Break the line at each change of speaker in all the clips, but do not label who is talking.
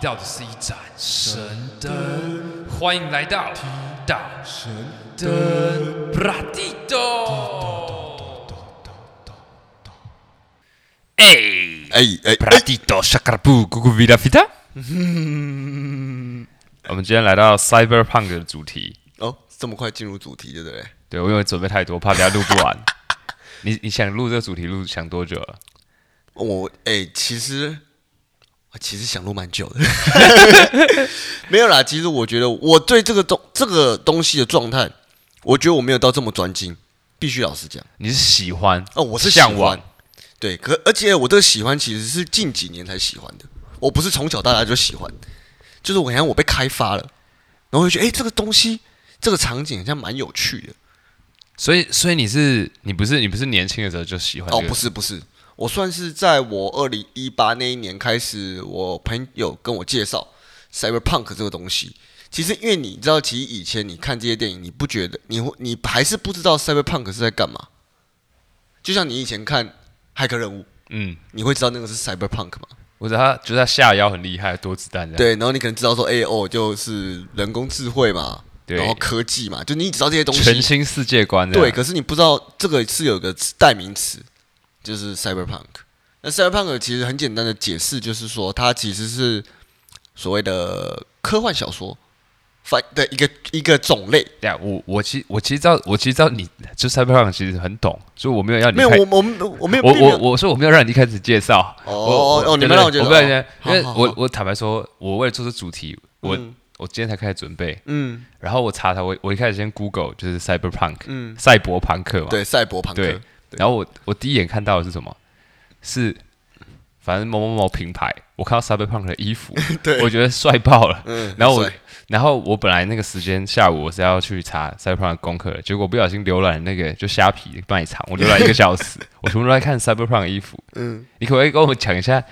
到的是一盏神灯，欢迎来到提到神灯布拉蒂多。哎，
哎哎
布拉蒂多沙卡布咕咕比拉比达。我们今天来到 Cyberpunk 的主题，
哦，这么快进入主题，对不对？
对我因为准备太多，怕等下录不完。你你想录这个主题录想多久了？
我哎、其实我其实想录蛮 久的，没有啦。其实我觉得我对这个东这个东西的状态，我觉得我没有到这么专精，必须老实讲。
你是喜欢
哦，我是喜
向往
欢，对，可而且我这个喜欢其实是近几年才喜欢的，我不是从小到大就喜欢，就是我好像我被开发了，然后我就觉得哎、这个东西这个场景好像蛮有趣的。
所以，所以你是你不是你不是年轻的时候就喜欢、这
哦，
个
不是不是，我算是在我二零一八那一年开始，我朋友跟我介绍 cyberpunk 这个东西。其实因为你知道，其实以前你看这些电影，你不觉得你会你还是不知道 cyberpunk 是在干嘛。就像你以前看《骇客任务》，
嗯，
你会知道那个是 cyberpunk 吗？
我知道他就是他下腰很厉害，多子弹这样。，
对，然后你可能知道说，哎、哦，就是人工智慧嘛，
对
然后科技嘛，就你只知道这些东
全
西，
新世界观这样。
对，可是你不知道这个是有个代名词，就是 cyberpunk。那 cyberpunk 其实很简单的解释就是说，它其实是所谓的科幻小说翻的一个一个种类。
对啊，我我其我其实知道，我其实知道你就 Cyberpunk 其实很懂，所以我没有要你
没有，
开
我我们我没有，
我
并没有
我我说我没有让你一开始介绍。
哦
我我
哦你
对
们让我介
对我
绍
不要先，因为
好好
我
好
我坦白说，我为了做这主题，我、我今天才开始准备，
嗯
然后我查他，我我一开始先 Google 就是 Cyberpunk，、
嗯，
赛博朋克嘛，
对，赛博朋
对
克，
然后我我第一眼看到的是什么？是反正某某某品牌，我看到 Cyberpunk 的衣服，
对
我觉得帅爆了。
嗯，
然后我
帅，
然后我本来那个时间下午我是要去查 Cyberpunk 的功课的，结果不小心浏览那个就虾皮卖场，我浏览一个小时，我全部都在看 Cyberpunk 的衣服。
嗯，
你可不可以跟我们讲一下，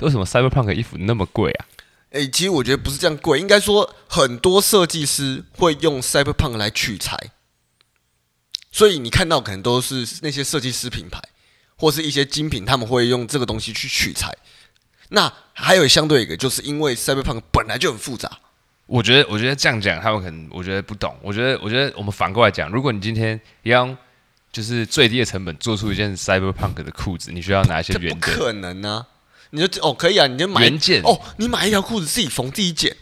为什么 Cyberpunk 的衣服那么贵啊？
哎、其实我觉得不是这样贵，应该说很多设计师会用 cyberpunk 来取材，所以你看到可能都是那些设计师品牌或是一些精品，他们会用这个东西去取材。那还有相对一个，就是因为 cyberpunk 本来就很复杂，
我觉得，我觉得这样讲，他们可能我觉得不懂。我觉得，我觉得我们反过来讲，如果你今天要用就是最低的成本做出一件 cyberpunk 的裤子，你需要哪一些
这不
元件？
可能啊！你就哦可以啊，你就买
原件
哦，你买一条裤子自己缝自己剪，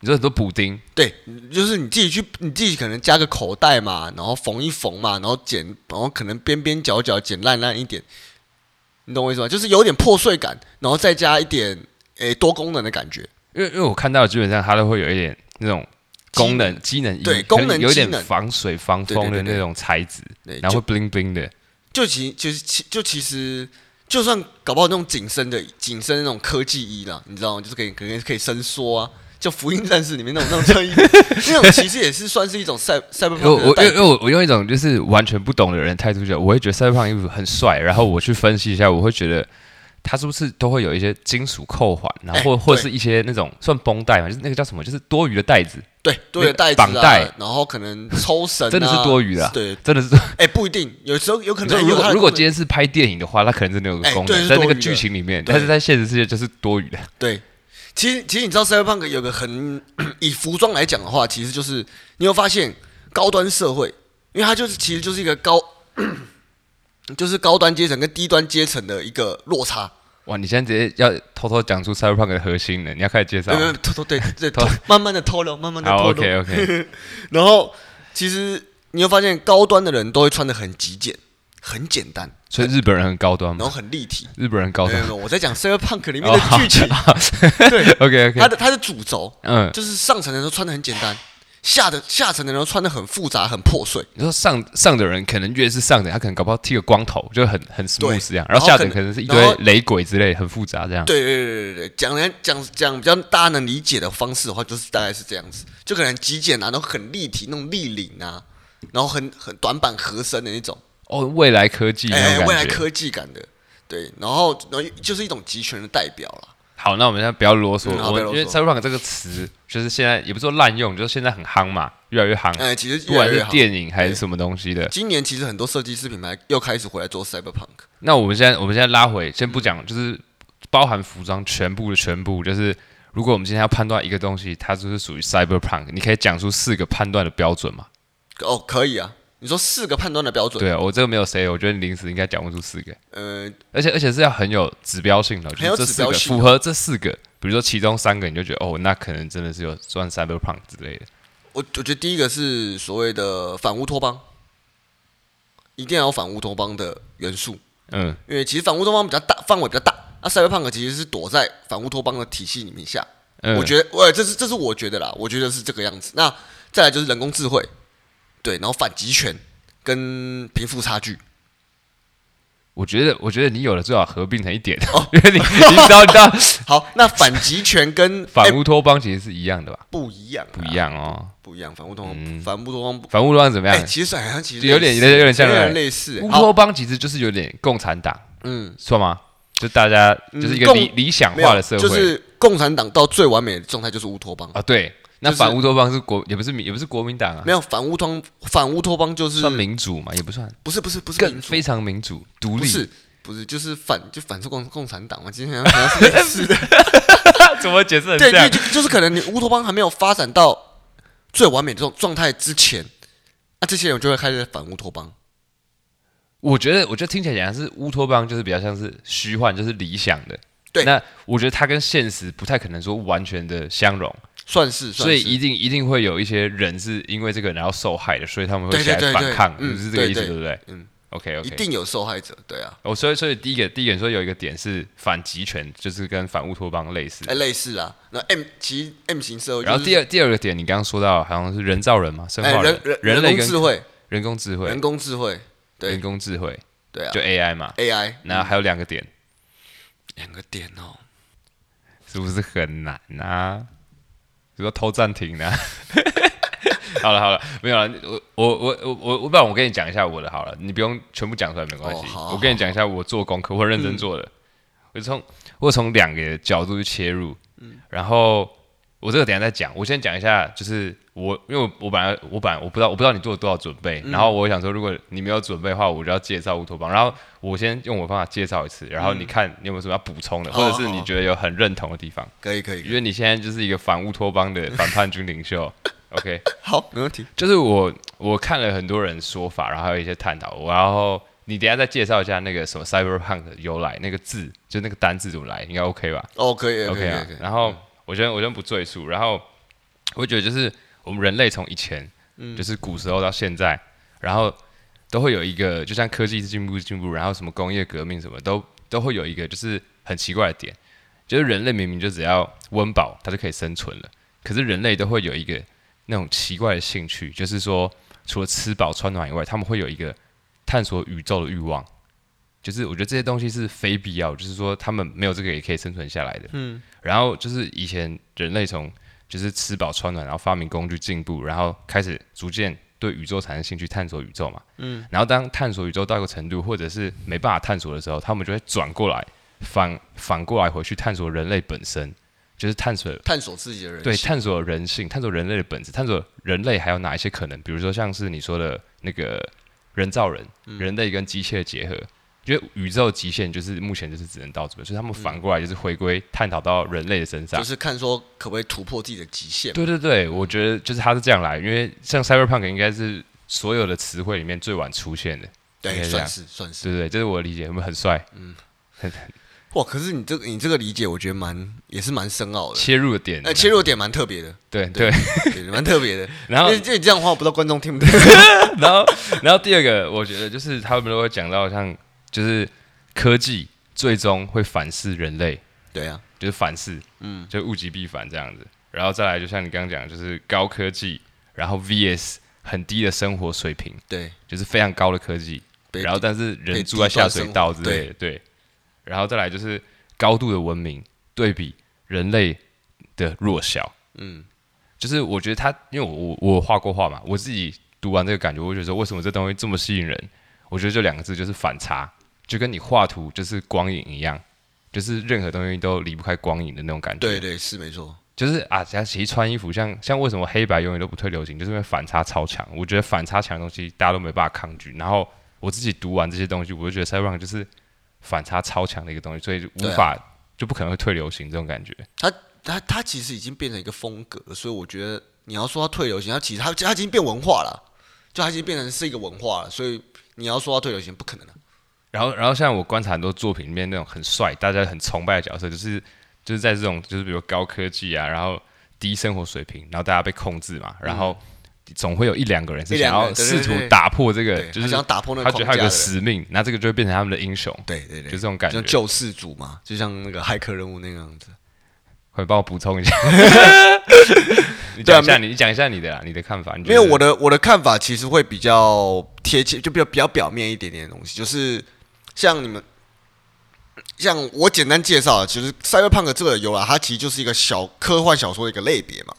你说很多补丁，
对，就是你自己去，你自己可能加个口袋嘛，然后缝一缝嘛，然后剪，然后可能边边角角剪烂烂一点，你懂我意思吗？就是有点破碎感，然后再加一点诶多功能的感觉。
因为因为我看到基本上它都会有一点那种功能机能衣，
对
可能
功能
有一点
机能
防水防
对
风
对
的
对对
那种材质，
对，
然后
就
会 bling bling 的。
就其就是其就其实就算搞不好那种紧身的紧身那种科技衣啦，你知道吗？就是可以可能可以伸缩啊，就福音战士里面那种那种衬衣，那种其实也是算是一种赛赛博
因为 我
朋克
我因
的代
为因
表。
为我我用一种就是完全不懂的人态度讲，我会觉得 cyberpunk 衣服很帅，然后我去分析一下，我会觉得它是不是都会有一些金属扣环，然后
哎
或、或
对
是一些那种算绷带嘛，就是那个叫什么，就是多余的带子，
对，对，带子
绑带
啊，然后可能抽绳、啊，
真的是多余的啊
对，
真的是。
哎、不一定，有时候有可
你说
能
如
有它
果
的
如果
功能
今天是拍电影的话，它可能真的有个
哎
功
对
能，
是
在那
多
个
余
剧
的
情里面，
对
但是在现实世界就是多余的。
对，其实其实你知道 Cyberpunk 有个很以服装来讲的话，其实就是你有发现高端社会，因为它就是其实就是一个高， 就是高端阶层跟低端阶层的一个落
啊
差。
哇，你现在直接要偷偷讲出 cyberpunk 的核心了，你要开始介绍
没
了。
有没有偷偷对 对
偷
偷，慢慢的透露，慢慢的
好
透露。
，OK OK，
然后其实你会发现高端的人都会穿的很极简，很简单，
所以日本人很高端
然后
嘛，
很立体。
日本人高
没有
端哦
没。有，我在讲 Cyberpunk 里面的 剧情，对
OK OK，
它的它的主轴，
嗯，
就是上层的人都穿的很简单，下的下层的人都穿的很复杂、很破碎。
你说上上的人可能越是上的，他可能搞不好剃个光头就很很
对
smooth 这样，
然
然后
后
下等
可能
可能是一
然
堆
后
雷鬼之类，很复杂这样。
对对对对对，讲人讲讲比较大家能理解的方式的话，就是大概是这样子，就可能极简啊，然后很立体，那种立领啊，然后很很短板合身的那种，
哦，未来科技那
哎、
种
未来
感觉。
科技感的，对，然后然后就是一种集权的代表啦。
好，那我们现在不要啰嗦，
嗯好
我
不要
因为
啰嗦
cyberpunk 这个词就是现在也不是说滥用，就是现在很夯嘛，越来越夯，
哎、其实
不
越来
管
越
是
好。
电影还是什么东西的。
今年其实很多设计师品牌又开始回来做 cyberpunk，
那我们现在我们现在拉回，先不讲，就是。包含服装全部的全部，就是如果我们今天要判断一个东西，它就是属于 cyberpunk，你可以讲出四个判断的标准嘛？
哦，可以啊。你说四个判断的标准，
对啊，我这个没有谁，我觉得你临时应该讲不出四个，
呃，
而且而且是要很有指标性的，就
很有
是这
指
四
标
个
性
符合这四个，比如说其中三个，你就觉得哦，那可能真的是有算 cyberpunk 之类的。
我我觉得第一个是所谓的反乌托邦，一定要有反乌托邦的元素，
嗯，
因为其实反乌托邦比较大，范围比较大。那赛博朋克其实是躲在反乌托邦的体系里面下，
嗯
我觉得，呃，这是这是我觉得啦，我觉得是这个样子。那再来就是人工智慧，对，然后反集权跟贫富差距，
我觉得，我觉得你有的最好合并成一点，因为你你知道，你知道，
好，那反集权跟
反
哎
乌托邦其实是一样的吧？
不一样啊，
不一样哦，
不一样，反乌托邦，反乌托邦不，
反乌托邦怎么
哎，
样？
其实好像其实
有点有
类似
点有点像
有
对
点
不对
类似。欸
乌
好，
托邦其实就是有点共产党，
嗯，
算吗？就大家就是一个
嗯
理
共
理想
没有
化的社会，
就是共产党到最完美的状态就是乌托邦，
啊，对。那
就是
反乌托邦是国，也不是民，也不是国民党啊
没，有反乌托反乌托邦就是
算民主嘛，也不算，
不是不是不是
更
民主
非常民主独
不
立。
是不是，就是反就反是共共产党嘛，今天好 像好像是是的，
怎么解释很
对，因
像
为就就是可能你乌托邦还没有发展到最完美的状状态之前，那这些人就会开始反乌托邦，
我觉得，我觉得听起来讲是乌托邦，就是比较像是虚幻，就是理想的。
对
那我觉得它跟现实不太可能说完全的相融，
算是，算
所以
是
一定一定会有一些人是因为这个然后受害的，所以他们会
对
起来
对对
反
对
抗，
嗯
就是这个意思，
对
对
对
不对？
嗯
，OK
一
OK。
定有受害者，对啊，
哦，所以所以第一个第一个你说有一个点是反集权，就是跟反乌托邦类似。
哎，类似啊，那 M 其实 M 型社会就是，
然后第
二
二第二个点，你刚刚说到好像是人造人嘛，生
哎
化
人
人、
人
类
工
跟
智慧，
人工智慧
人、工智慧，
人
对
工智慧
对啊
就 AI 嘛。
，AI
然后还有两个点，
两个点哦，
是不是很难啊？比如说偷暂停呢、啊？ 好了好了，没有了。我我我我我，我不然我跟你讲一下我的好了，你不用全部讲出来没关系。
哦好嗯
我跟你讲一下我做功课，我认真做的。我从我从两个角度去切入，然后我这个等一下再讲。我先讲一下，就是我因为我我本来我本来我不知道我不知道你做了多少准备，然后我想说，如果你没有准备的话，我就要介绍乌托邦。然后我先用我方法介绍一次，然后你看你有没有什么要补充的，
好
或者是
好
你觉得有很认同的地方。
可以可以，可
因
以
为你现在就是一个反乌托邦的反叛军领袖。OK，
好，没问题，
就是我我看了很多人说法，然后还有一些探讨，然后你等一下再介绍一下那个什么 cyberpunk 的由来，那个字就那个单字怎么来，应该 OK 吧
哦，可以可以可以
啊
可以，。
然后我先我先不赘述，然后我觉得就是我们人类从以前，就是古时候到现在，然后都会有一个，就像科技进步进步，然后什么工业革命什么都都会有一个就是很奇怪的点，就是人类明明就只要温饱，它就可以生存了，可是人类都会有一个那种奇怪的兴趣，就是说除了吃饱穿暖以外，他们会有一个探索宇宙的欲望。就是我觉得这些东西是非必要，就是说他们没有这个也可以生存下来的。嗯，然后就是以前人类从就是吃饱穿暖，然后发明工具进步，然后开始逐渐对宇宙产生兴趣，探索宇宙嘛。嗯，然后当探索宇宙到一个程度，或者是没办法探索的时候，他们就会转过来反反过来回去探索人类本身，就是探索
探索自己的人
对，
性
探索人性，探索人类的本质，探索人类还有哪一些可能，比如说像是你说的那个人造人，
嗯
人类跟机械的结合。因为宇宙极限就是目前就是只能到这边，所以他们反过来就是回归探讨到人类的身上
嗯就。是看说可不可以突破自己的极限。
对对对，我觉得就是他是这样来，因为像 cyberpunk 应该是所有的词汇里面最晚出现的，应
对，
该这
算
样
是算是。
对对对，这是我的理解，有没有很帅？
嗯哇，可是你这个你这个理解，我觉得蛮也是蛮深奥的。
切入的点，
哎，切入点蛮特别的，
对对。
对，蛮特别的。
然后
因为这这样的话，我不知道观众听不 听。
然后，然后第二个，我觉得就是他们都会讲到，像就是科技最终会反噬人类，
对啊，
就是反噬，嗯，就物极必反这样子。然后再来，就像你刚刚讲的，就是高科技，然后 VS 很低的生活水平，
对，
就是非常高的科技，
被
然后但是人
被
住在
低端
下水
生活
道之类的，对。然后再来就是高度的文明对比人类的弱小，
嗯，
就是我觉得他，因为我我我画过画嘛，我自己读完这个感觉，我就觉得说为什么这东西这么吸引人？我觉得就两个字，就是反差，就跟你画图就是光影一样，就是任何东西都离不开光影的那种感觉。
对对是没错。
就是啊，其其实穿衣服像像为什么黑白永远都不退流行，就是因为反差超强。我觉得反差强的东西大家都没办法抗拒。然后我自己读完这些东西，我就觉得 Cyberpunk 就是反差超强的一个东西，所以无
对啊
法就不可能会退流行这种感觉。
它它其实已经变成一个风格了，所以我觉得你要说它退流行，它其实它它已经变文化了，就它已经变成是一个文化了，所以你要说它退流行不可能的、啊
然后，然后像我观察很多作品里面那种很帅、大家很崇拜的角色，就是就是在这种就是比如高科技啊，然后低生活水平，然后大家被控制嘛，然后总嗯会有一两个人是
一两
想
个
要
人
试图
对对对
打破这个，
对，
就
他
是
想要打破那
他
个
觉得
框架
他有个
的，
使命，那这个就会变成他们的英雄，
对对
就
对，
这种感
像
觉。
救世主嘛，就像那个骇客任务那个样子。
快帮我补充一 下，你
对啊
讲一下你，你讲一下你的啦，你的看法。你觉
没有
得
我的我的看法其实会比较贴切，就比较比较表面一点点的东西，就是像你们，像我简单介绍啊，其实《Cyberpunk》这个由来，它其实就是一个小科幻小说的一个类别嘛。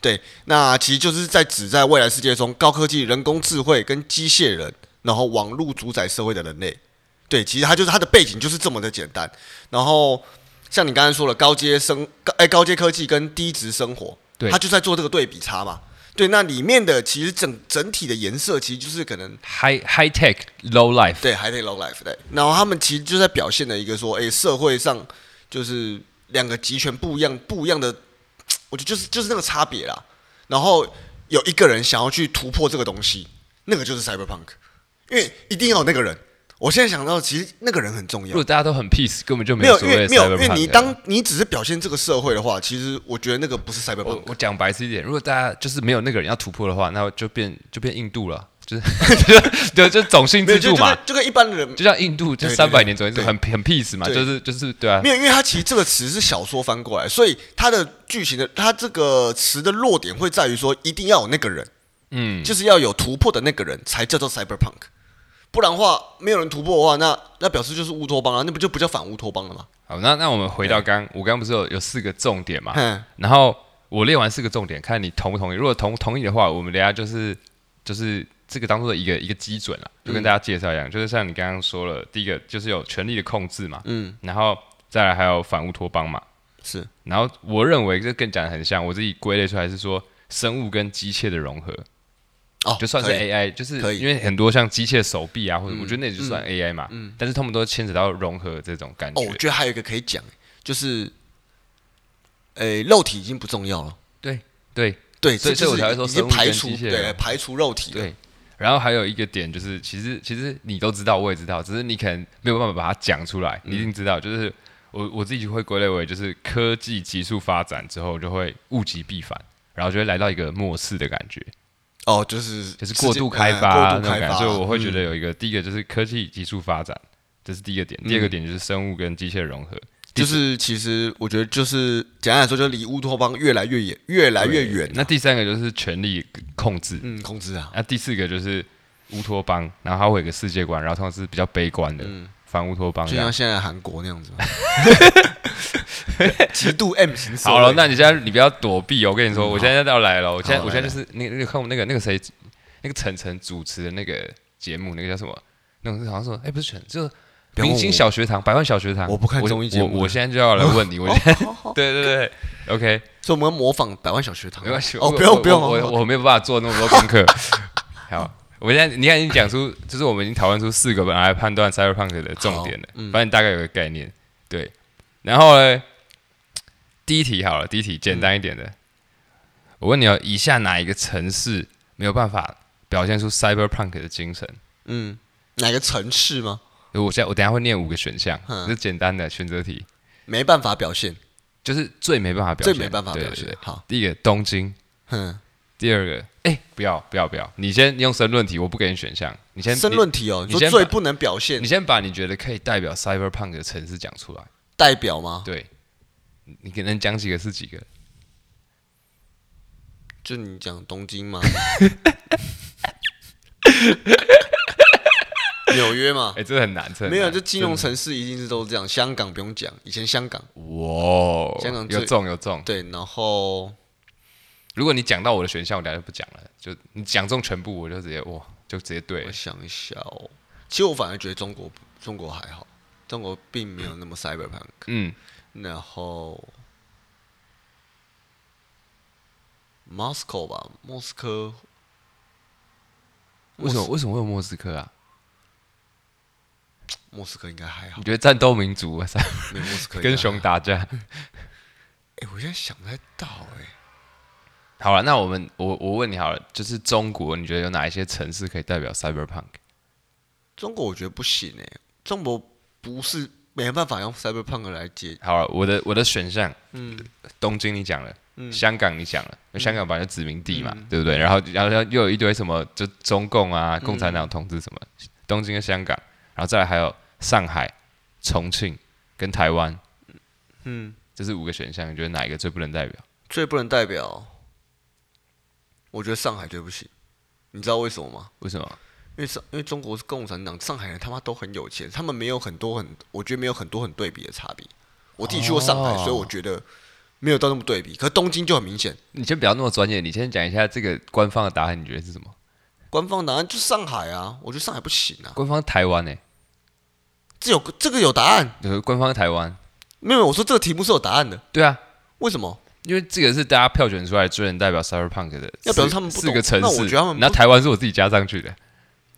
对，那其实就是在指在未来世界中，高科技、人工智慧跟机械人，然后网络主宰社会的人类。对，其实它就是它的背景就是这么的简单。然后像你刚才说了，高阶生高哎高阶科技跟低值生活，
对
它就在做这个对比差嘛。对，那里面的其实整整体的颜色其实就是可能
high high tech low life，
对，还得 long life 对。然后他们其实就在表现了一个说，哎、社会上就是两个集权不一样，不一样的，我觉得就是就是那个差别啦。然后有一个人想要去突破这个东西，那个就是 cyberpunk，因为一定要有那个人。我现在想到，其实那个人很重
如
要
果。大家都很 peace，根本就
没
有
有，
所
因
谓
为
的
没有，因为
cyberpunk 啊
你
的
当你只是表现这个社会的话，其实我觉得那个不是
我
cyberpunk。
我讲白痴一点，如果大家就是没有那个人要突破的话，那就变就变印度了，就是 就就种姓
没有，
制
就
度
就
嘛
跟，就跟一般的人
就像印度就
对对
三百年左右
对
很很 peace 嘛，
对
就是就是对啊
没，有，因为它其实这个词是小说翻过来，所以它的剧情的它这个词的弱点会在于说，一定要有那个人，
嗯，
就是要有突破的那个人才叫做 cyberpunk，不然的话，没有人突破的话，那那表示就是乌托邦啊，那不就不叫反乌托邦了吗？
好，那那我们回到刚，我刚不是有有四个重点嘛，
嗯，
然后我列完四个重点，看你同不同意。如果同同意的话，我们等一下就是就是这个当做一个一个基准了，
嗯
就跟大家介绍一样，就是像你刚刚说了，第一个就是有权力的控制嘛，
嗯，
然后再来还有反乌托邦嘛，
是
然后我认为这跟讲的很像，我自己归类出来是说生物跟机械的融合，
哦，
就算是
可以
AI，就是
可以嗯
因为很多像机械手臂啊，或者我觉得那就算 AI 嘛，但是他们都牵扯到融合这种感
哦，
觉。
我觉得还有一个可以讲，就是，诶，肉体已经不重要了，
对对
对，
所以
这就
所以我才会
是
说
已
生
经
物跟
排除
机械
对
人
排除肉体了，
对，然后还有一个点就是，其实其实你都知道，我也知道，只是你可能没有办法把它讲出来。
嗯
你一定知道，就是我我自己会归类为，就是科技急速发展之后，就会物极必反，然后就会来到一个末世的感觉。
哦，就是
就是
世
过
界
度开
嗯
发、啊
过度
那种
开
感
发，
觉，所以我会觉
嗯
得有一个、第一个就是科技急速发展，这是第一个点；
嗯
第二个点就是生物跟机械融合，第
就
四
是其实我觉得就是简单来说，就离乌托邦越来越远，越来越远啊。
那第三个就是权力控制，
嗯，控制啊，
那第四个就是乌托邦，然后它会有一个世界观，然后通常是比较悲观的、
嗯
反乌托邦
就
这
像
样。
现在韩国那样子 嘛，极度 M 型社会。
好了，那你现在你不要躲避哦，我跟你说，我现在要来了，我现在
好
我现在
来
就是那个那个看我那个那个谁，那个晨晨主持的那个节目，那个叫什么？那种是好像说，哎、不是晨，就
不要问
明星
我
小学堂、百万小学堂，
我不看
我
综艺节目
我我现在就要来问你，我现在 对对对对，OK，
所以我们要模仿百万小学堂。
没关系。
哦，
我
不用
我
不用，
我我
哦
我没有办法做那么多功课。好，我现在你看已经讲出，就是我们已经讨论出四个本来判断 cyberpunk 的重点了，
嗯
反正大概有个概念。对，然后呢，第一题好了，第一题简单一点
嗯
的，我问你哦，以下哪一个城市没有办法表现出 cyberpunk 的精神？
嗯，哪个城市吗？
我现在我等一下会念五个选项，
嗯
这简单的选择题，
没办法表现，
就是最没办法表
最
现，
没办法
对
表
对
现
对。
好，
第一个东京，
哼，
第二个，哎、不要不要不要，你先用申论题，我不给你选项，你先
申论题哦，
你
你说
先
最
把
不能表
你，
现
你先把你觉得可以代表 cyberpunk 的城市讲出来。
代表吗？
对，你你可能讲几个是几个？
就你讲东京 吗？纽约嘛
哎、，这很难，这很难
没有，就金融城市一定是都这样。香港不用讲，以前香港
哇，
香港最
有中有中。
对，然后
如果你讲到我的选项，我等下就不讲了，就你讲中全部，我就直接哇，就直接对
我
了。
想一下哦，其实我反而觉得中国中国还好，中国并没有那么 cyberpunk。
嗯，
然后 Moscow 吧，莫斯科，
为什么为什么会有莫斯科啊？
莫斯科应该还好
你，觉得战斗民 族哇塞
没有莫斯科应该
跟
还
熊
好。
打架？
哎、我现在想不太到哎、
好了，那我们我我问你好了，就是中国，你觉得有哪一些城市可以代表 cyberpunk？
中国我觉得不行哎、中国不是没办法用 Cyberpunk 来解，
好了，我的我的选项，
嗯
东京你讲了，
嗯
香港你讲了，香港本来就殖民地嘛，对不对？然后然后又有一堆什么，就中共啊、
嗯
共产党统治什么，东京跟香港，然后再来还有上海、重庆跟台湾，
嗯，
这是五个选项，你觉得哪一个最不能代表？
最不能代表，我觉得上海最不行，你知道为什么吗？
为什么？
因为上因为中国是共产党，上海人他妈都很有钱，他们没有很多很，我觉得没有很多很对比的差别。我自己去过上海，
哦
所以我觉得没有到那么对比。可是东京就很明显，
你先不要那么专业，你先讲一下这个官方的答案，你觉得是什么？
官方答案就是上海啊，我觉得上海不行啊。
官方台湾呢、
这有这个有答案，
就是官方台湾，
没有？我说这个题目是有答案的，
对啊，
为什么？
因为这个是大家票选出来最能代表 cyberpunk 的四，
要表示他们不懂
四个城市，
那我觉得他们不
然后台湾是我自己加上去的，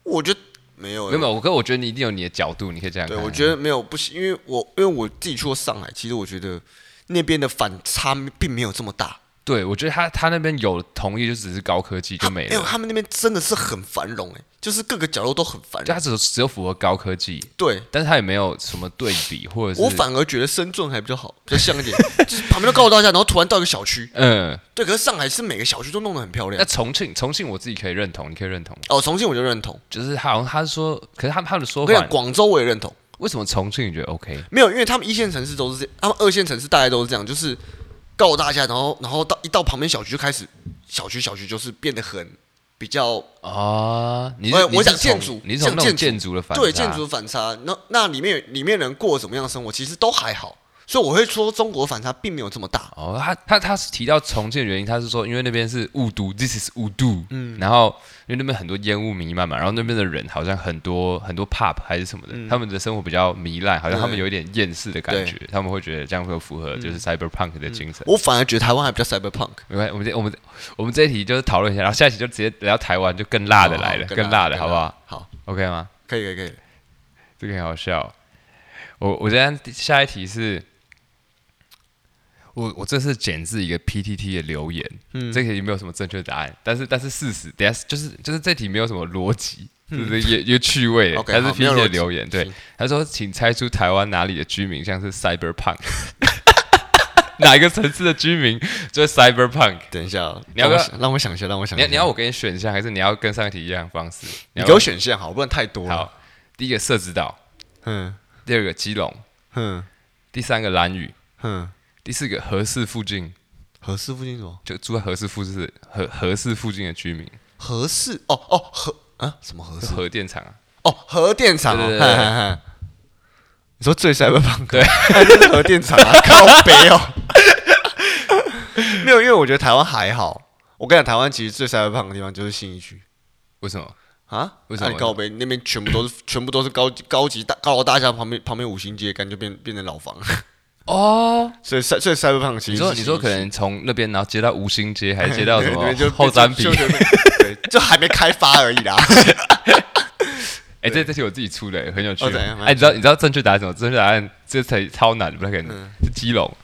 我觉得没有、
没
欸，
有没有，我哥我觉得你一定有你的角度，你可以这样看。
对，我觉得没有不行，因为我因为我自己去过上海，其实我觉得那边的反差并没有这么大，
对，我觉得他他那边有同意，就只是高科技就
他
没
有，
了，
啊哎他们那边真的是很繁荣，哎，就是各个角落都很繁
就
荣。
他只只有符合高科技，
对，
但是他也没有什么对比或者是
我反而觉得深圳还比较好，比较像一 点，就是旁边都高楼大厦，然后突然到一个小区。
嗯，
对，可是上海是每个小区都弄得很漂
那
亮。
重庆重庆我自己可以认同，你可以认同吗，
哦，重庆我就认同，
就是好像他是说，可是他他的说
我跟你
法
讲，，广州我也认同，
为什么重庆你觉得 OK？
没有，因为他们一线城市都是这样，他们二线城市大概都是这样，就是高楼大厦，然后然后到一到旁边小区就开始，小区小区就是变得很比较
啊，你是
哎
你
我
是
讲建
从
筑
你是从
讲
那种
建
建筑的反
对
差
建筑的反差，那那里面里面人过什么样的生活，其实都还好，所以我会说中国反差并没有这么大。
哦，他他他是提到重建的原因，他是说因为那边是雾都，this is 雾都，嗯，然后因为那边很多烟雾弥漫嘛，然后那边的人好像很多很多 pub 还是什么的，他们的生活比较糜烂，好像他们
对
有一点厌世的感觉，他们会觉得这样会符合就是 cyberpunk 的精神。
我反而觉得台湾还比较 cyberpunk，
没关系，我们这我们我们这一题就是讨论一下，然后下一题就直接聊台湾，就更辣的来了，
好
哦更辣的
更
好不好
好，
？OK 吗？
可以可以可以，
这个很好笑。我我今天下一题是，我我这是剪自一个 PTT 的留言，嗯，这题没有什么正确答案，但是但是事实，等下就是就是这题没有什么逻辑，就是也也趣味的，
嗯 OK，
它是
好没有
PTT 的
逻辑
留言，对
是，
他说请猜出台湾哪里的居民像是 Cyberpunk，哪一个城市的居民就是 Cyberpunk？
等一下哦，
你要不要
让我想让我想一下，让我想
你
一
要
下，
你要我给你选项，还是你要跟上一题一样的方式？
你
要
给我选项好，不然太多了。，
好，第一个社子岛，
嗯
第二个基隆，
哼
第三个蓝屿。
哼，
第四个合适附近，
合适附近是什么？
就住在合适附近合合适附近的居民，
合适哦哦核啊什么合适
是？核电厂啊，
哦核电厂哦，
对对对
嗨
对
嗨嗨你说最 cyberpunk
对，
是核电厂啊，靠北哦。没有，因为我觉得台湾还好。我跟你讲，台湾其实最 cyberpunk 的地方就是信义区
为什么？
啊。
为什么
啊你靠北那边全部都是全部都是高级高级大高楼大厦，旁边旁边五星街，感觉变变成老房。
哦，
所以所以所以 cyberpunk 其实
你说
是
你说
信义
可能从那边然后接到吴兴街，还接到
区
什
那边就
么后山皮
就？就对，就还没开发而已啦。
哎，这这题我自己出的，很有趣
哦怎样
哦。哎，你知道你知道正确答案是什么？正确答案这才超难，不太可
嗯
能是基隆。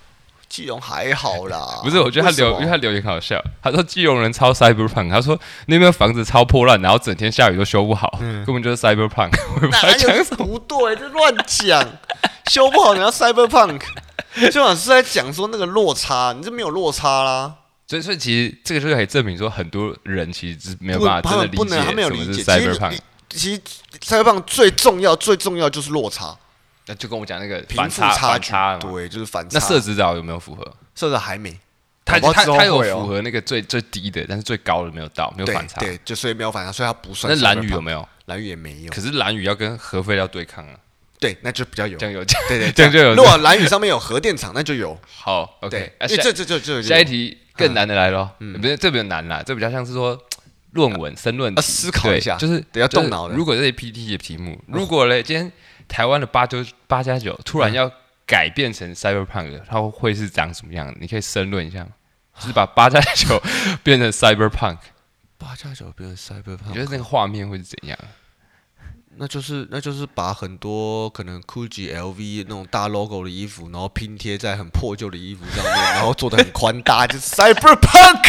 基隆还好啦，
不是，我觉得他留，因
啊为
为
什
他
么
留言很好笑。他说基隆人超 cyberpunk，他说那边房子超破烂，然后整天下雨都修不好，
嗯
根本就是 cyberpunk。我也不知道
哪
讲
有
什么
不对？这乱讲，修不好你要 cyberpunk，修老师在讲说那个落差，你这没有落差啦，
所以，所以其实这个就可以证明说，很多人其实是没有
不
办法
他
真的
们
理
不
解
能，他没有
什
理
么是
解。其实
cyberpunk。
你其实 cyberpunk 最重要最重要就是落差，呃
那就跟我讲那个
贫
反
富
差反
距
差，嘛。
对，就是反差。
那社指导有没有符合？
设置还没，
他
搞不好
他
之后
他有
会哦
符合那个最最低的，但是最高的没有到，没有
对
反差。
对，就所以没有反差，所以它不算
那
cyberpunk。
蓝宇有没有？
蓝雨也没有
可，是蓝宇要跟核废料对抗啊，
对，那就比较有。
这
对
样有这 样
对，
这样就有
如果蓝雨上面有核电厂，那就有。
好 OK
对。，
啊
因为
下
这这这这
下一题更难的来咯，不是这比较难啦，这比较像是说论文申论
嗯啊
题，
思考
对
一下
就是
得要
就是
动脑的哦
如果这些 PT 的题目，如果嘞今天台湾的八九八加九突然要改变成 Cyberpunk，它会是长什么样的？你可以申论一下吗？
啊
就是把八加九变成 Cyberpunk，
八加九变成 cyberpunk，
你觉得那个画面会是怎样？
那就是那就是把很多可能 GUCCI、LV 那种大 logo 的衣服，然后拼贴在很破旧的衣服 上面，然后做的很宽大，就是 cyberpunk，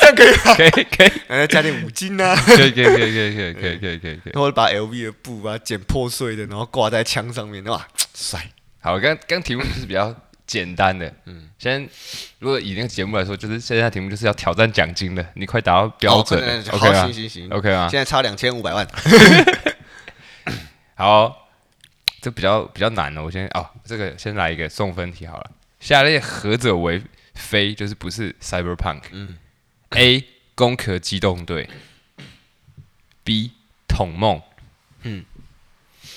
这样可以吗？
可以可以
然后加点五金 啊，
可以可以可以可以可以可以可以可以可以。
然后把 LV 的布把它剪破碎的，然后挂在枪上面，哇，帅！
好，刚刚题目就是比较简单的，嗯，先如果以那个节目来说，就是现在题目就是要挑战奖金的，你快达到标准了
好，
，OK
好行
吗
行行
？OK 啊吗
现？在差两千五百万，
好，这比较比较难了。我先哦，这个先来一个送分题好了。下列何者为非？就是不是 Cyberpunk？嗯，A. 攻壳机动队，B. 统梦，嗯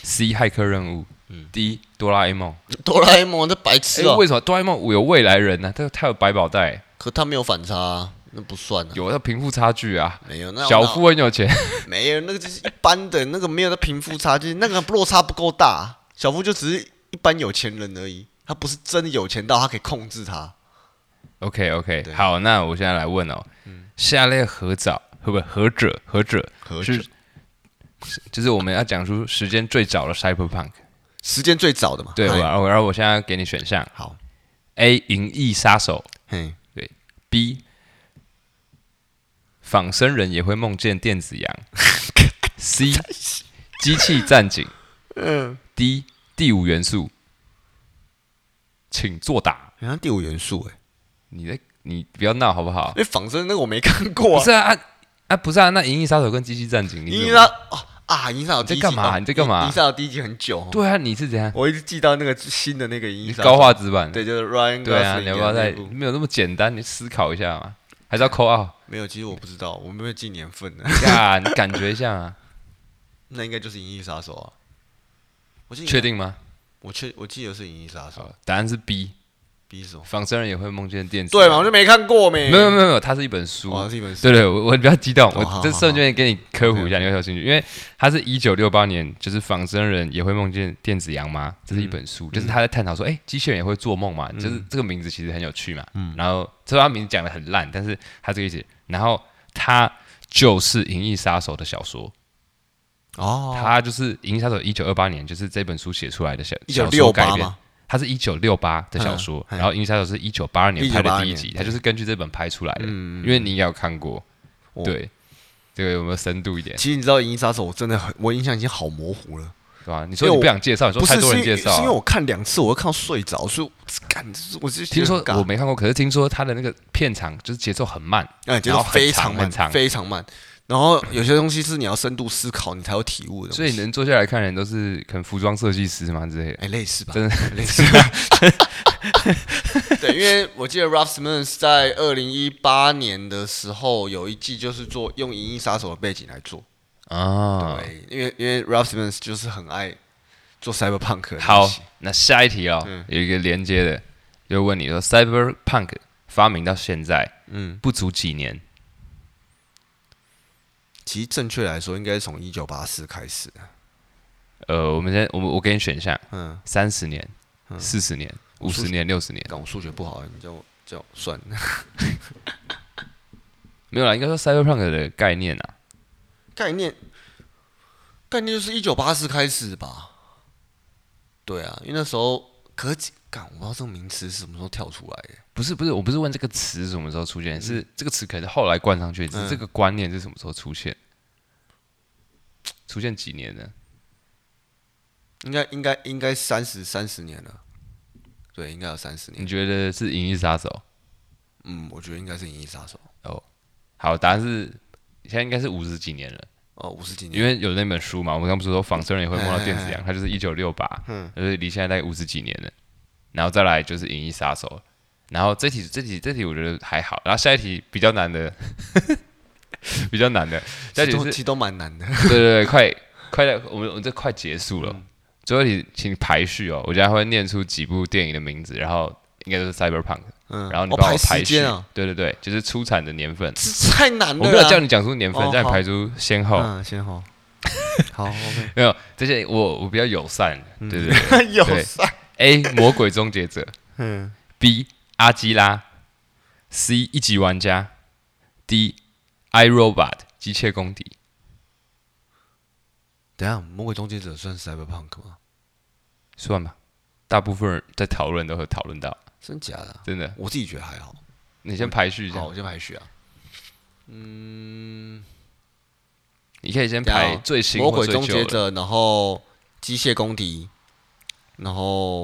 ，C. 骇客任务，嗯，D. 哆啦 A 梦。
哆啦 A 梦这白
哎、
痴哦
为，什么哆啦 A 梦有未来人呢、他他有百宝袋，
可他没有反差啊，那不算啊，
有那贫富差距啊。
没有那
小
那
富很有钱，
没有，那个就是一般的，那个没有的贫富差距，那个落差不够大。小夫就只是一般有钱人而已，他不是真的有钱到他可以控制他。
OK OK，
对嗯
好，那我现在来问哦，下列何者，何不何者何者
何者
是，是就是我们要讲出时间最早的 cyberpunk。
时间最早的嘛，
对，我
嗨
然后然后我现在给你选项
好，
：A. 银翼杀手
嘿，
，B. 仿生人也会梦见电子 羊，C. 机器战 警，嗯，D. 第五元素，请作答。
好像第五元素哎、
你在你不要闹好不好？
那仿生那个我没看过
不
啊。
是啊啊啊，不是啊，那《银翼杀手》跟《机器战警》你
银
怎
翼
么
杀哦啊，银翼杀手第一
你
季
在干嘛
哦
你在干嘛
银翼杀手第一集很久、哦，
对啊，你是怎样
我一直记到那个新的那个银翼杀手
高画质版？
对，就是 Ryan
对啊，
Gosling
你要不要
演的
再
那部
没有那么简单？你思考一下嘛，还是要扣二？
没有？其实我不知道，我没有记年份呢。
呀，你感觉一下啊，
那应该就是银翼杀手啊。我记得
确定吗？
我确我记得是银翼杀手
好，答案是 B，
，B 是什么？
仿生人也会梦见电子。
对嘛，我就没看过没。
没有没有没有，它是一本书。
哇，是一本书。
对对，我我比较激动，
嗯哦
我
好
这
好
瞬间给你科普一下，你会有兴趣，因为它是一九六八年，就是仿生人也会梦见电子羊吗？这是一本
嗯
书，就是他在探讨说，哎，机器人也会做梦嘛？就是这个名字其实很有趣嘛。
嗯
然后虽然他名字讲的很烂，但是他这个意思，然后他就是《银翼杀手》的小说，
哦，
他就是《银翼杀手》一九二八年就是这本书写出来的小
一九
小说
六
改
八
编
嘛。，
它是一九六八的小说，
嗯嗯
然后《银翼杀手》是一九八二年拍的第一集
1982，年嗯
它就是根据这本拍出来的。因为你也有看过，
哦
对，这个有没有深度一点，
其实你知道《银翼杀手》，我真的很，我印象已经好模糊了。
对吧？你说
因为
你
我
不想介绍，你说
不
太
是，
多
是
人
因为
介
是
绍
因为
啊。
我看两次，我都看到睡着，所以我干，就是我就觉得
听说
很尬
我没看过，可是听说它的那个片长就是节奏很慢，
哎，节
然
奏
后很
非
长
常慢
很长，
非常慢。然后有些东西是你要深度思考，你才有体悟的东西。
所以能坐下来看的人都是可能服装设计师嘛之类的。
哎，类似吧，
真的
类似 吧。对，因为我记得 Ralph Simons 在二零一八年的时候有一季就是做用《银翼杀手》的背景来做。
啊，
对，因为因为 Ralph Simons 就是很爱做 cyberpunk 的东
好
西，
那下一题哦，
嗯
有一个连接的，就问你说，Cyberpunk 发明到现在，嗯，不足几年，
其实正确来说应该是从一九八四开始的。
呃，我们先，我们我给你选项，
嗯，
三十年、四十年、五十年、六十年，
但我数学不好，你叫我叫我算。
没有啦，应该说 cyberpunk 的概念啊，
概念概念就是一九八四开始吧？对啊，因为那时候可是干我不知道这个名词是什么时候跳出来的。
不是不是，我不是问这个词什么时候出现，是这个词可能是后来冠上去，只是
嗯
这个观念是什么时候出现？出现几年呢？
应该应该应该三十三十年了，对，应该有三十
你
年。
觉得是《银翼杀手》？
嗯，我觉得应该是《银翼杀手
好，答案是现在应该是五十几年了，》
哦，五十几年，
因为有那本书嘛，我们刚不是说仿生人也会梦到电子
哎哎嗯
羊，它就是一九六八，就是离现在大概五十几年了，然后再来就是《银翼杀手》了，然后这题这题这题我觉得还好，然后下一题比较难的， 比较难的，下一
其
题
实都
是
其实都蛮难的。
对对对，快快点，我们我们这快结束了。
嗯
最后一题，请你排序哦，我等下会念出几部电影的名字，然后应该都是 Cyberpunk，、
嗯，
然后你
我
帮我
时
排序。
间啊，
对对对，就是出产的年份。
这太难了
我
啦。
没有叫你讲出年份，
哦
叫你
好
排出先后。
嗯，先 好，好，OK。
没有这些我，我比较友善。
嗯
对对对
有
对
赛，
，A 魔鬼终结者
嗯，
，B 阿基拉，C 一级玩家，D I Robot 机械公敌。
等一下，《魔鬼终结者》算 cyberpunk 吗？
算吧。大部分人在讨论都会讨论到，
真假的啊、
真的。
我自己觉得还好。
你先排序一下
好，，我先排序啊。嗯，
你可以先
等一
排
下啊
最新
魔
或
鬼
最
终
旧
结
的。
者，然后机械公敌，然后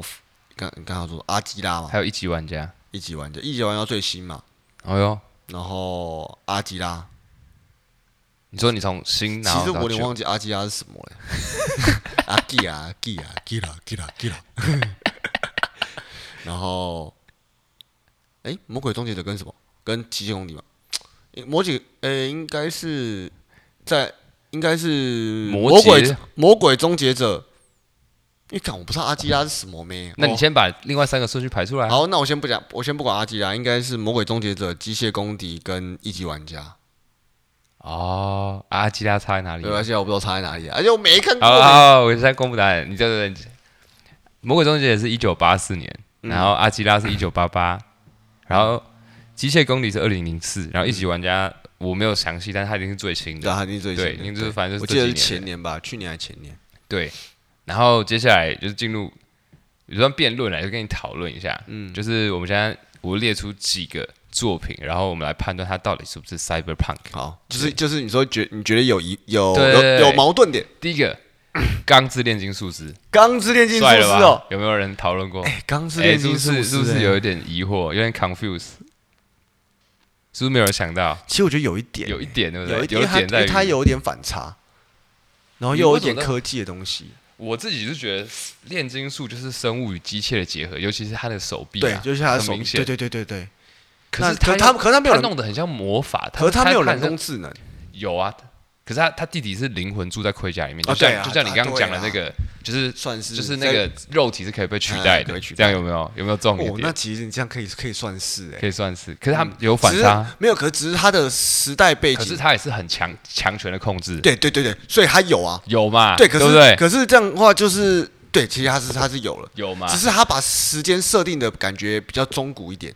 刚刚好说阿基拉嘛，
还有一级玩家。
一级玩家，一级玩家最新嘛，
哎呦，
然后阿基拉，
你说你从新然
其
后
实
到
我有点
旧，
忘记阿基拉是什么了。阿基拉，阿基拉，阿基拉，阿基拉，阿基拉。 然后，哎，魔鬼终结者跟什么？跟极限公敌嘛？诶魔鬼，呃，应该是在，应该是
魔
魔鬼
结
魔鬼终结者。你看，我不知道阿基拉是什么咩？
那你
哦
先把另外三个顺序排出来啊。
好，那我先不讲，我先不管阿基拉，应该是魔鬼终结者、机械公敌跟一级玩家。
哦，阿基拉差在哪里？
对，而且我不知道差在哪里啊，而且我没看过。
好好，好我现在公布答案。你对对对，《魔鬼终结者》是一九八四年，然
嗯
后《阿基拉》是一九八八，然后《机械公敌》是二零零四，然后《一级玩家》我没有详细，但它一定是最新
对，啊
的。
他一定最新的
对，您就是反正就
我
是
记
这
得是
几年
前
的。
年吧，去年还前年。
对，然后接下来就是进入也算辩论了，就跟你讨论一下。嗯，就是我们现在我列出几个作品，然后我们来判断它到底是不是 cyberpunk。
好，就是就是你说觉你觉得有疑有
对对
有
对
有矛盾点，《
第一个，钢之炼金术师，
钢之炼金术
帅
师
了》吧
哦，？
有没有人讨论过？
哎，《钢之
哎，
炼
是
金
不
术
是
师》
是不是有
哎
一？点疑惑，有点 confuse？是不是没有人想到？
其实我觉得有一点，
有一点对不对？
有一
一
点，因为它
点
因
在
为它
于，
有一点反差，然后
你
又有
为
一
什么
点
呢
科技的东西。
我自己是觉得炼金术就是生物与机械的结合，尤其是他的手臂啊，
对，就是它的
很
手，
明
对
显。
对对对对。
可是
那
他
可他可是他没有人
弄得很像魔法，
可是它没有
他
人工智能，
有啊。可是他他弟弟是灵魂住在盔甲里面，
哦
就像、
对啊
就像你刚刚讲的那个，就是
算是
就是那个肉体是可以被取代
哎可
的，
以取
这
代
样有没有有没有重
在。
一
哦，
点？
那其实你这样可以可以算是哎，
可以算是，可是他有反
只是
差，
没有，可是只是它的时代背
可是
景，
他也是很强强权的控制，
对对对对，所以它有啊，
有嘛？
对，可是
不对？
可是这样的话就是对，其实它是它是有了。
有嘛
只？是他把时间设定的感觉比较中古一点，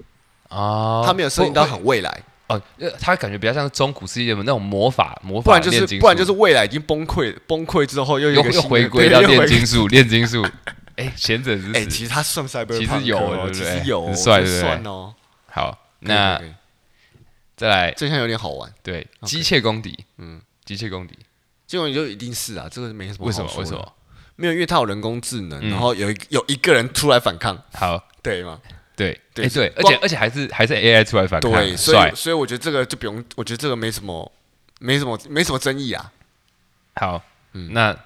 哦，
他没有设定到
会
很未来，
哦，呃他感觉比较像中古世界的那种魔法魔
不
法
然就
炼金术，
是不然就是未来已经崩溃，崩溃之后又有
又
一个
又
新的
回归到。
对又
炼
回归
金术， 炼金术。哎，贤者之
哎、
石。
其实他算 cyberpunk，
其实有
哦
对不对
其实有哦，
很帅
我觉得
对不对
算哦。
好，
可以
那
可以可以
再来
这项有点好玩，
对机械公敌，嗯，机械公敌，
这种就一定是啊，这个没什么。
为什么？为什？么？
没有，因为它有人工智能，
嗯
然后有一有一个人出来反抗，
好，
对吗？
对，
对
哎
是
对，而
光
且而且还是还是 AI 出来反
对，
抗，
所以
帅。
所以我觉得这个就不用，我觉得这个没什么，没什么，没什么争议啊。
好，
嗯
那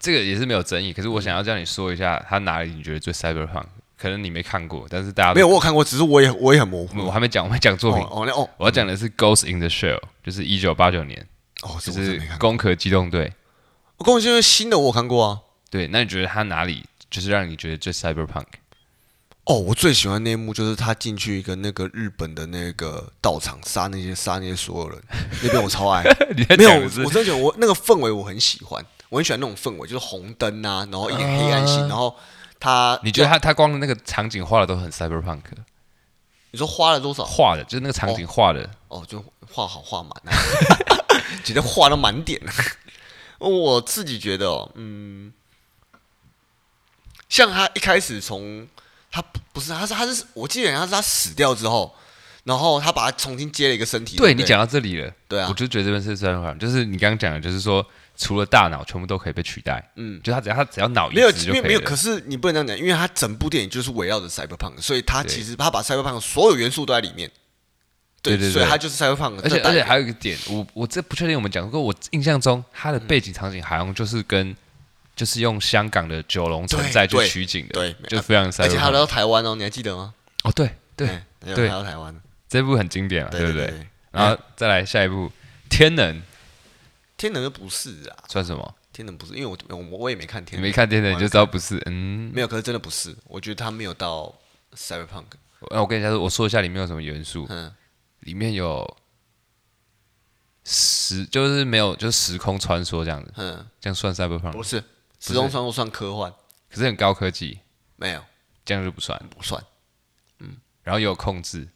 这个也是没有争议，可是我想要叫你说一下，他哪里你觉得最 cyberpunk？可能你没看过，但是大家都
没有，我有看过，只是我也我也很模糊。
我还没讲，我还没讲作品
哦，哦那哦
我要讲的是《Ghost in the Shell》，就是一九八九年，
哦，
就
这我真
是
的没看
《
过。
攻壳机动队》。
我跟我现在新的我有看过啊。
对，那你觉得它哪里就是让你觉得最 cyberpunk？
哦，我最喜欢那一幕就是他进去一个那个日本的那个道场杀那些杀那些所有人， 那边我超 爱。
你在
没有，
讲
我
的是
我真的觉得我那个氛围我很喜欢，我很喜欢那种氛围，就是红灯啊，然后一点黑暗系，然后他
你觉得它它光的那个场景画的都很 cyberpunk，
你说花了多少？
画的就是那个场景画的，
哦，就画好画满、啊， 觉得画到满点、啊。我自己觉得、哦，嗯，像他一开始从他不不是啊他是他是我记得他是他死掉之后，然后他把他重新接了一个身体。
对
不
你讲到这里了，
对啊
我就觉得这边是 cyberpunk，就是你刚刚讲的，就是说除了大脑，全部都可以被取代。嗯，就它只要它只要脑移
没有
植就
没有
可
没
以
有，
了
可。是你不能这样讲，因为他整部电影就是围绕着 cyberpunk，所以他
对
其实他把 cyberpunk 所有元素都在里面。
对对对
所以他就是 cyberpunk 的
而且
代
而且
表。
还有一个点，我我这不确定我们讲过，我印象中它
嗯
的背景场景好像就是跟就是用香港的九龙城寨去
对对
取景的，
对
就非常 cyberpunk。
啊而且还有到台湾哦，你还记得吗？
哦，对对，
哎，还有
对
还有台湾，
这部很经典了，啊
对
对不
对
对？？然后再来下一部《天能》
天能就不是啊，
算什么？
天能不是，因为我我我也没看
你
天能，
没看《天能》
我
你就知道不是。嗯，
没有，可是真的不是，我觉得他没有到 cyberpunk，
那我跟你说，我说一下里面有什么元素，
嗯，
里面有时就是没有就是时空穿梭这样子，
嗯，
这样算 cyberpunk，
不是，时空穿梭算科幻，
可是很高科技，
没有
这样就不算。
不算，
然后也有控制，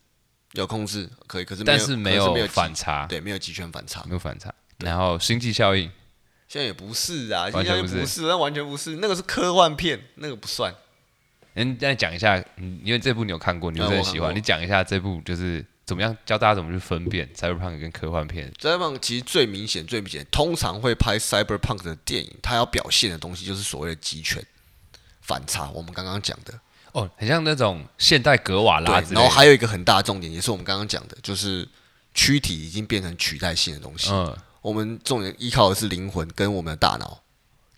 有控制可以，可是
但是
没
没
有可是没
有
极
反差，
对，没有极权反差，
没有反差。然后星际效应，
现在也不是啊，
完
现在
全
就
不是
不是，那完全不是，那个是科幻片，那个不算。
嗯，再讲一下，嗯，因为这部你有看过，你不是
啊我
很
看
喜
过
欢，你讲一下这部就是怎么样教大家怎么去分辨 cyberpunk 跟科幻片。
Cyberpunk 其实最明显、最明显，通常会拍 Cyberpunk 的电影，它要表现的东西就是所谓的集权反差，我们刚刚讲的。
哦，很像那种现代格瓦拉之类
对，然
的
后还有一个很大的重点，也是我们刚刚讲的，就是躯体已经变成取代性的东西。
嗯，
我们重点依靠的是灵魂跟我们的大脑，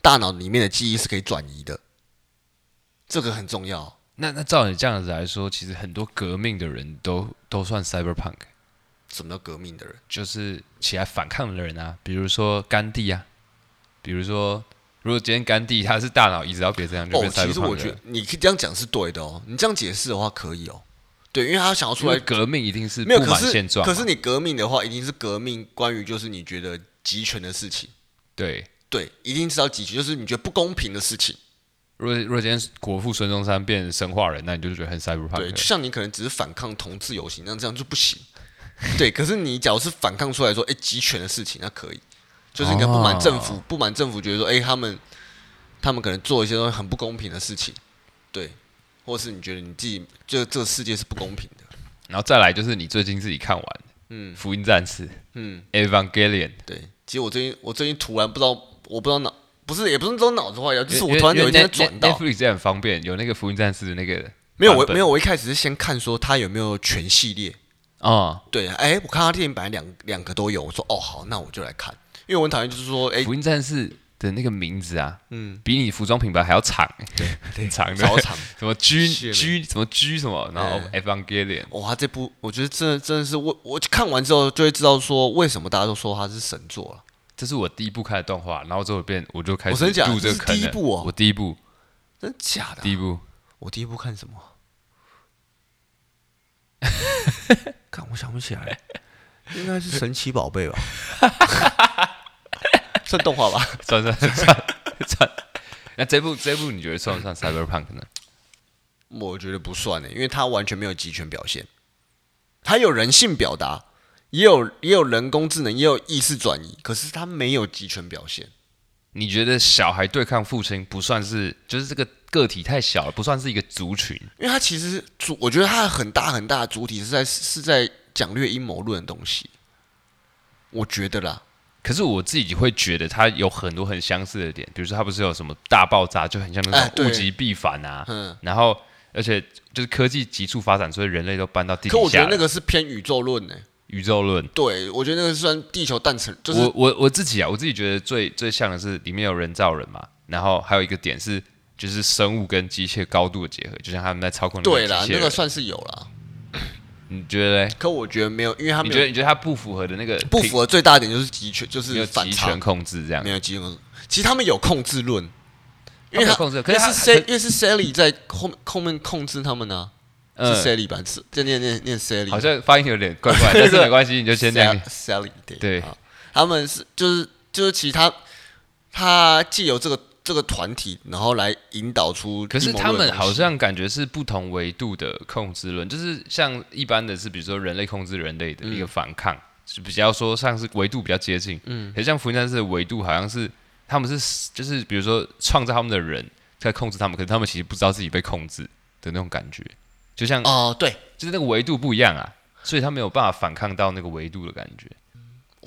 大脑里面的记忆是可以转移的，这个很重要。
那那照你这样子来说，其实很多革命的人都都算 cyberpunk，
什么叫革命的人？
就是起来反抗的人啊，比如说甘地啊，比如说如果今天甘地他是大脑移植到别人身上，就
哦
变，cyberpunk
其实我
了
觉得你这样讲是对的哦，你这样解释的话可以哦。对，因为他想要出
因为
来
革命一定是
没有，
不
可
满
是
现状嘛，
可是你革命的话，一定是革命关于就是你觉得集权的事情，
对。
对，一定是要集权，就是你觉得不公平的事情，
如果如果今天国父孙中山变神话人，那你就觉得很 cyberpunk
对，
了
就。像你可能只是反抗同志游行，那这样就不行， 对。可是你假如是反抗出来说，哎，集权的事情，那可以，就是你可能不满政
哦
府，不满政府觉得说，哎，他们他们可能做一些东西很不公平的事情，对，或是你觉得你自己这这个世界是不公平的，
然后再来就是你最近自己看完，嗯，《福音战士》
嗯。
Evangelion，
对，其实我最近我最近突然不知道，我不知道脑不是也不是说脑子坏掉，就是
因
我
为
突然
因为
有一天
Net-
转到
Net-，Netflix 也很方便，有那个《福音战士》的那个
没有我
版本
没有我一开始是先看说它有没有全系列，
哦，
对，哎、我看它电影版两两个都有，我说哦好，那我就来看，因为我很讨厌就是说哎
《福音战士》的那个名字啊，嗯，比你服装品牌还要长，对， 长的，
超长，
什么 G
谢了哎
G 什么 G 什么，然后 Evangelion，
哇、他这部我觉得真的真的是我我看完之后就会知道说为什么大家都说它是神作了，
这是我第一部看的动画，然后之后变我就开
我真
始
的假的
入这个
这
坑
是第一
了
部哦
我第一部，
真的假的啊、
第一部，
我第一部看什么？看我想不起来，应该是神奇宝贝吧？算动画吧？
算算算算。 那这部这部你觉得算不算 cyberpunk 呢？
我觉得不算欸的，因为它完全没有集权表现，它有人性表达，也有也有人工智能，也有意识转移，可是它没有集权表现。
你觉得小孩对抗父亲不算是，就是这个个体太小了，不算是一个族群。
因为它其实主，我觉得它很大很大的主体是在是在讲略阴谋论的东西，我觉得啦。
可是我自己会觉得它有很多很相似的点，比如说它不是有什么大爆炸，就很像那
哎
种
对
物极必反啊，
嗯
然后而且就是科技急速发展，所以人类都搬到地
可
底
我
下
觉得
了，
那个是偏宇宙论呢、欸
宇宙论。
对，我觉得那个算地球诞生，就是
我我我自己啊，我自己觉得最最像的是里面有人造人嘛，然后还有一个点是就是生物跟机械高度的结合，就像他们在操控那
对
机
啦，
械
那
人
个算是有啦。
你觉得嘞？
可我觉得没有，因为他
你
们
觉得你觉得它不符合的那个
不符合最大的点就是集权，就
平没有
是反
集
差
权，控制这样
没，有集权控制。其实他们有控制论，因
它没
为
有
他
控制，可
因为
是它
是 Sally，因为是 Sally 在后面后面控制他们呢、
嗯
是 Sally 吧？是在念念念 Sally，
好像发音有点怪 怪，但 是没啊关系，你就先这样
Sally- Sally 对
对
好他们是就是就是其实他他借由这个这个团体，然后来引导出
可是
阴谋
他
论的
们
东
好
西
像感觉是不同维度的控制论，就是像一般的是，比如说人类控制人类的一个反抗，是比较说像是维度比较接近。嗯，可是像福音战士的维度好像是他们是就是比如说创造他们的人在控制他们，可是他们其实不知道自己被控制的那种感觉，就像、
哦，对，
就是那个维度不一样啊，所以他没有办法反抗到那个维度的感觉。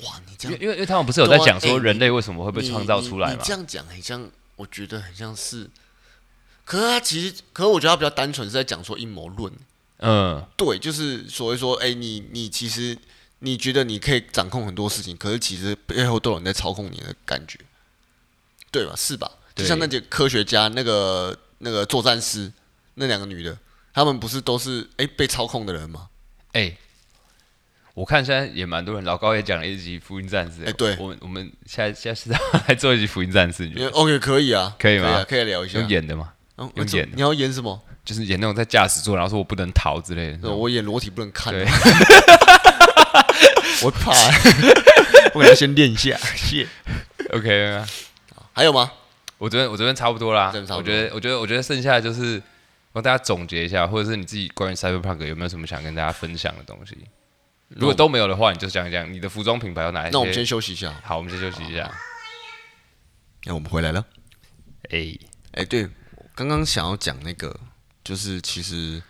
哇，你这
因
样
为因为因为他们不是有在讲
对啊
说
哎
人类为什么会被创造出来
你你
嘛
你？这样讲很像，我觉得很像是，可是他其实，可是我觉得他比较单纯是在讲说阴谋论。
嗯，
对，就是所谓说，哎、你你其实你觉得你可以掌控很多事情，可是其实背后都有人在操控你的感觉，对吧？是吧？就
对
像那些科学家，那个那个作战师，那两个女的，她们不是都是哎、被操控的人吗？
哎、我看现在也蛮多人，老高也讲了一集《福音战士》。哦
哎对
我们我们现在现在是要来做一集《福音战士》，你觉
因
得
为 OK 可以啊，
可以吗
啊可以聊一下
用。演的吗？
然后
用
这
演的
你要演什么？
就是演那种在驾驶座，然后说我不能逃之类的那
呃
种。
我演裸体不能看，
嗯对
我怕、我可能要先练一下。谢。
，OK 吗。
还有 吗？
我这边我这边差不多啦。
这边差不
我
多
觉得我觉得我觉得剩下的就是帮大家总结一下，或者是你自己关于 Cyberpunk 有没有什么想跟大家分享的东西？如哎果都没有的话，你就讲一讲你的服装品牌有哪一些。
那我们先休息一下。
好，我们先休息一下。
那、我们回来了。
哎，
哎、对，我刚刚想要讲那个，就是其实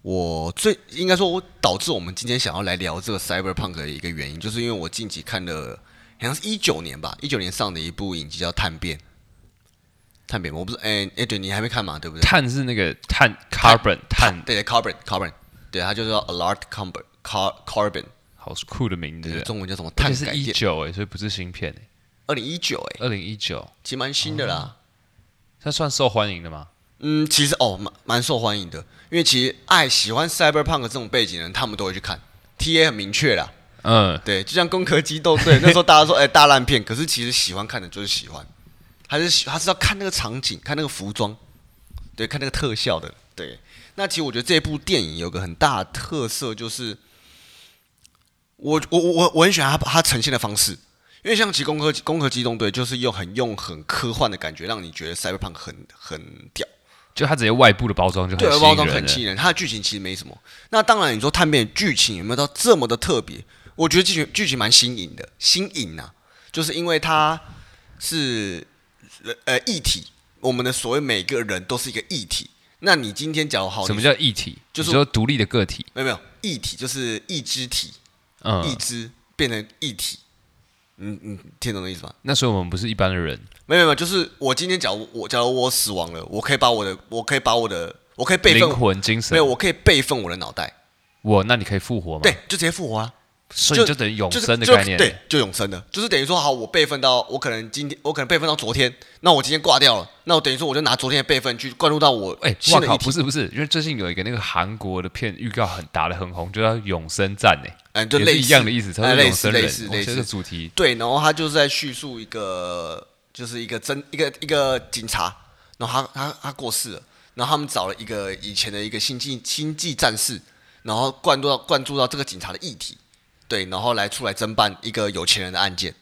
我最应该说，我导致我们今天想要来聊这个 cyberpunk 的一个原因，就是因为我近期看了，好像是一九年吧，一九年上的一部影集叫《探变》。探变吗，我不是，哎、哎、对你还没看嘛，对不对？
碳是那个碳 carbon 碳，
对对，carbon carbon，对，它就叫 alert carbon car- carbon，
好酷的名
对，
字。
中文叫什么？
而
碳
且是
改
一
变。
九哎，所以不是新片哎，
二零一九，哎，
二零一九，
其实蛮新的啦。
它算受欢迎的吗？
嗯，其实哦，蛮蛮受欢迎的，因为其实爱喜欢 cyberpunk 这种背景的人，他们都会去看。T A 很明确啦，
嗯，
对，就像《攻壳机动队》那时候大家说，哎、大烂片，可是其实喜欢看的就是喜欢，还是喜，他是要看那个场景，看那个服装，对，看那个特效的，对。那其实我觉得这部电影有个很大的特色，就是我我我我我很喜欢它它呈现的方式，因为像其实《攻壳攻壳机动队》就是用很用很科幻的感觉，让你觉得 cyberpunk 很很屌。
就它直接外部的包装就很
对，
吸
而
引
包装
人欸
很
了
吸引人，它的剧情其实没什么。那当然，你说探变剧情有没有到这么的特别？我觉得剧情剧情蛮新颖的，新颖啊，就是因为它是呃议题，我们的所谓每个人都是一个议题。那你今天假如好，
什么
你
叫一体？
就是
你说独立的个体。
没有没有议题就是一肢体，
嗯，
一肢变成一体。你你听懂的意思吗？
那所以我们不是一般的人，
没有没有，就是我今天假如我假如我死亡了，我可以把我的我可以把我的我可以备份
灵，魂、精神。
没有我可以备份我的脑袋，
我，那你可以复活吗？
对，，就直接复活啊。
所以就等于永
就是
生的
就
概念。
对，，就永生的，就是等于说，好，我备份到我可能今天，我可能备份到昨天，那我今天挂掉了，那我等于说我就拿昨天的备份去灌入到我
哎，
新
我
的
靠，
议题
不，是不是，因为最近有一个那个韩国的片预告很打的很红，就叫《永生战》呢，
嗯，就
也
类
是
似
一样的意思，它
哎
是
类
永
似
生
类
人
似。
我
类
觉得这个，
似
主题
对，然后他就是在叙述一个，就是一个真一个一个警察，然后他他他过世了，然后他们找了一个以前的一个星际星际战士，然后灌入到灌注到这个警察的议题，对，然后来出来侦办一个有钱人的案件。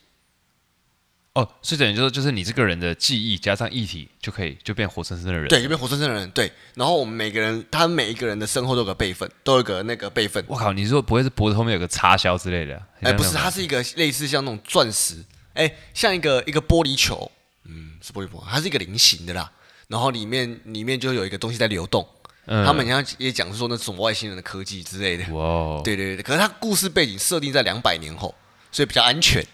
哦，所以等于就是就是你这个人的记忆加上一体，就可以就变活生生的人。，
对，就变活生生的人。对，然后我们每个人，他们每一个人的身后都有个备份，都有个那个备份。
我靠，你说不会是脖子后面有个插销之类的？啊很
哎，
像
不是，
那种
它是一个类似像那种钻石，哎，像一个一个玻璃球，嗯，是玻璃球，它是一个菱形的啦。然后里面里面就有一个东西在流动，
嗯
他们好像也讲说那是什么外星人的科技之类的。
哇哦，
对对对，可是它故事背景设定在两百年后，所以比较安 全。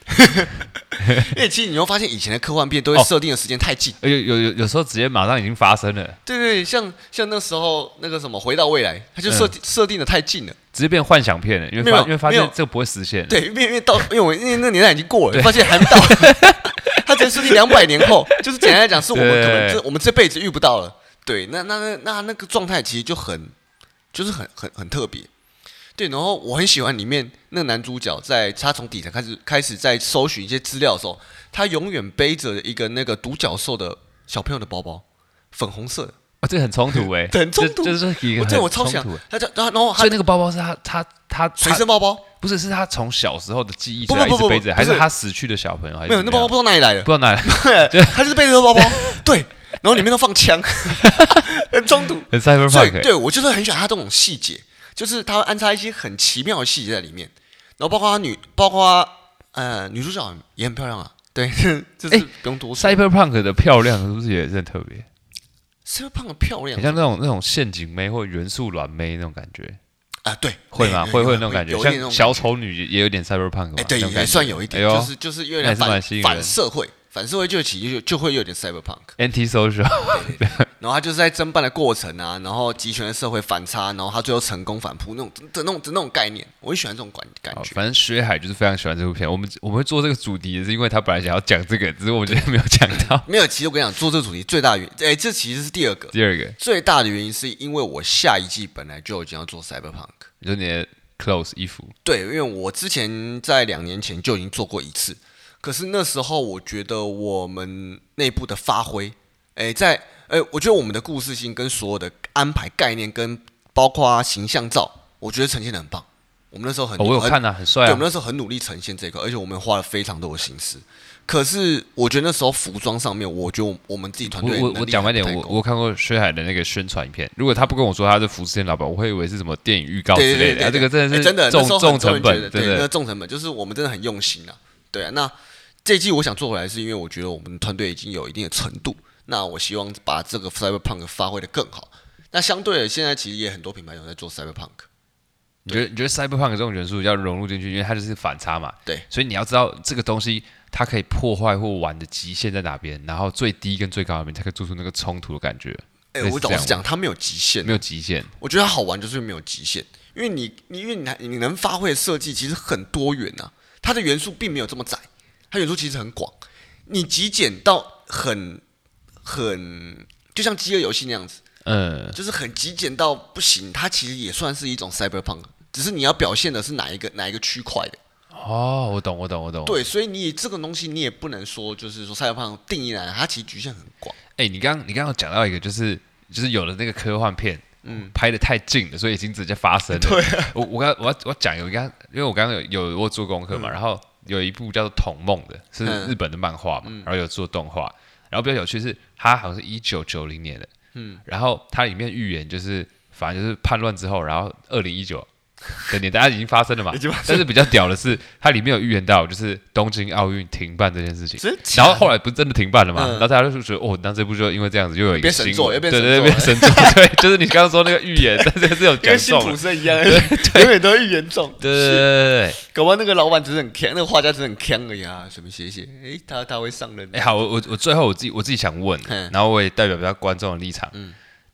因为其实你会发现以前的科幻片都会
哦
设定的时间太近。
而且哎有有有时候直接马上已经发生了，
对对，像像那时候那个什么《回到未来》，它就
嗯
设定、设定的太近了。
直接变幻想片了，因
没
为
有
发因为发
没有
现这个不会实现。
对，因为因为到因为我因为那年代已经过了，发现还没 到，他只是两百年后，就是简单来讲，是我们可能
对
这我们这辈子遇不到了。对，那那那那那个状态其实就很就是很很很特别。对，然后我很喜欢里面那个男主角在，他从底层开始开始在搜寻一些资料的时候，他永远背着一个那个独角兽的小朋友的包包，粉红色的，
哦，这很冲 突哎、
很冲突
这这是一个
我这
很
我超
冲
想
突欸，
他叫他，然后
所
他
以那个包包是他他他
随身包包，
他不是是他从小时候的记忆
不
所以他
不
一
不
直背着，
不
还是
不是
他死去的小朋友？还是
没有那包包不
不
知道哪里来的
不，知道哪来，
对，他就是背着那个包包，对，然后里面都放 枪，很冲突。
很
所以
cyberpunk 欸、
对我就是很喜欢他这种细节，就是他会安插一些很奇妙的细节在里面，然后包括他女，包括呃女主角也很漂亮啊，对， 这是
哎
不用多说。
cyberpunk 的漂亮是不是也是很特别？
cyber 胖的漂亮
很像那种那种陷阱妹或元素软妹那种感觉，
啊，对，
会吗？
对
会
有
会那种感觉，
有一点那
像
种
小
感觉，
丑女也有点 cyberpunk 嘛
哎，对，
那种感觉
也算有一
哎
点，
呦
就是就是有
那还
点
是
反
蛮吸引人
反社会，反社会就其实就就会有点 cyber punk。
anti social，
然后他就是在侦办的过程啊，然后集权的社会反差，然后他最后成功反扑那种的那种的那种概念，我很喜欢这种感感觉。
反正薛海就是非常喜欢这部片。我们我们会做这个主题，也是因为他本来想要讲这个，只是我们今天没有讲到。
没有，其实我跟你讲，做这个主题最大的原哎，这其实是第二个
第二个，
最大的原因，是因为我下一季本来就已经要做 cyberpunk。
就是你的 clothes 衣服，
对，因为我之前在两年前就已经做过一次，可是那时候我觉得我们内部的发挥，哎，在哎，我觉得我们的故事性跟所有的安排概念跟包括形象照，我觉得呈现的很棒。我们那时候很、
哦，我有
很
看啊，很帅
对，
啊
我们。那时候很努力呈现这一块，而且我们花了非常多的心思。可是我觉得那时候服装上面，我觉得我我们自己团
我
队
我
能力
我讲白
还
点，
不太
我
够
我看过薛海的那个宣传片，如果他不跟我说他是服饰店老板，我会以为是什么电影预告
对
之
对
类
对
的。啊，这个真
哎
的
真的
是重
那时候很
重
多
成
人觉得
本，
对，
真
那个
的。
重成本就是我们真的很用心啊。对啊，那这一季我想做回来，是因为我觉得我们团队已经有一定的程度，那我希望把这个 Cyberpunk 发挥的更好。那相对的，现在其实也很多品牌有在做 Cyberpunk，
你觉得你觉得 cyberpunk 这种元素要融入进去，因为它就是反差嘛。
对，
所以你要知道这个东西它可以破坏或玩的极限在哪边，然后最低跟最高那边才可以做出那个冲突的感觉。
哎、
类似
我
这
老
样
实讲，它没有极限
没，有极限，
我觉得它好玩就是没有极限，因为你你因为你还你能发挥的设计其实很多元啊，它的元素并没有这么窄，它元素其实很广，你极简到很很就像饥饿游戏那样子，
嗯，
就是很极简到不行，它其实也算是一种 cyberpunk，只是你要表现的是哪一个哪一个区块的。
哦，我懂，我懂，我懂。，
对，所以你这个东西你也不能说就是说 cyberpunk 定义来，它其实局限很广。
哎，你刚你刚刚有讲到一个，就是就是有的那个科幻片，嗯，拍的太近了，所以已经直接发生了。对、
啊
我我刚我要我要讲有一个，因为我刚刚有有我做功课嘛，然后有一部叫做《童梦》的，是
嗯
日本的漫画嘛，然后有做动画，然后比较有趣是它好像是一九九零年的，嗯，然后它里面预言就是反正就是叛乱之后，然后二零一九。的年代它已经发生了嘛
已经发生？
但是比较屌的是，它里面有预言到就是东京奥运停办这件事情。
真假
然
的
后后来不是真的停办了嘛？
嗯
然后大家就觉得哦，那这部就因为这样子又有一个
变神
新闻
作又变
对对对，变
神
神作，对，就是你刚刚说那个预言，但是是 有讲中了，
生一样，永远都是严重。
对对对对对。
搞不好那个老板只是很强，那个画家只是很强而已啊，随便写一写，哎、他他会上人。
哎，好，我我我最后我自己我自己想问
嗯，
然后我也代表比较观众的立场，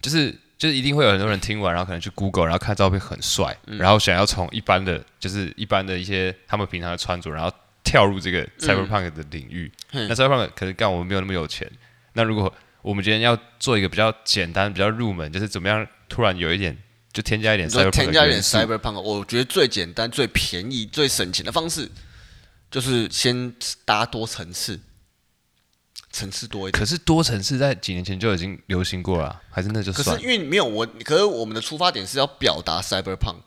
就是就是一定会有很多人听完，然后可能去 Google，然后看照片很帅，
嗯
然后想要从一般的就是一般的一些他们平常的穿着，然后跳入这个 Cyberpunk 的领域。
嗯
那 Cyberpunk 可能干我们没有那么有钱，那如果我们今天要做一个比较简单、比较入门，就是怎么样突然有一点就添加一点
你说
Cyberpunk
添加一
的
点
元素
cyberpunk，我觉得最简单、最便宜、最省钱的方式，就是先搭多层次，层次多一点。
可是多层次在几年前就已经流行过了啊，还是那就
可
算
是
了？
因为没有我，可是我们的出发点是要表达 cyberpunk，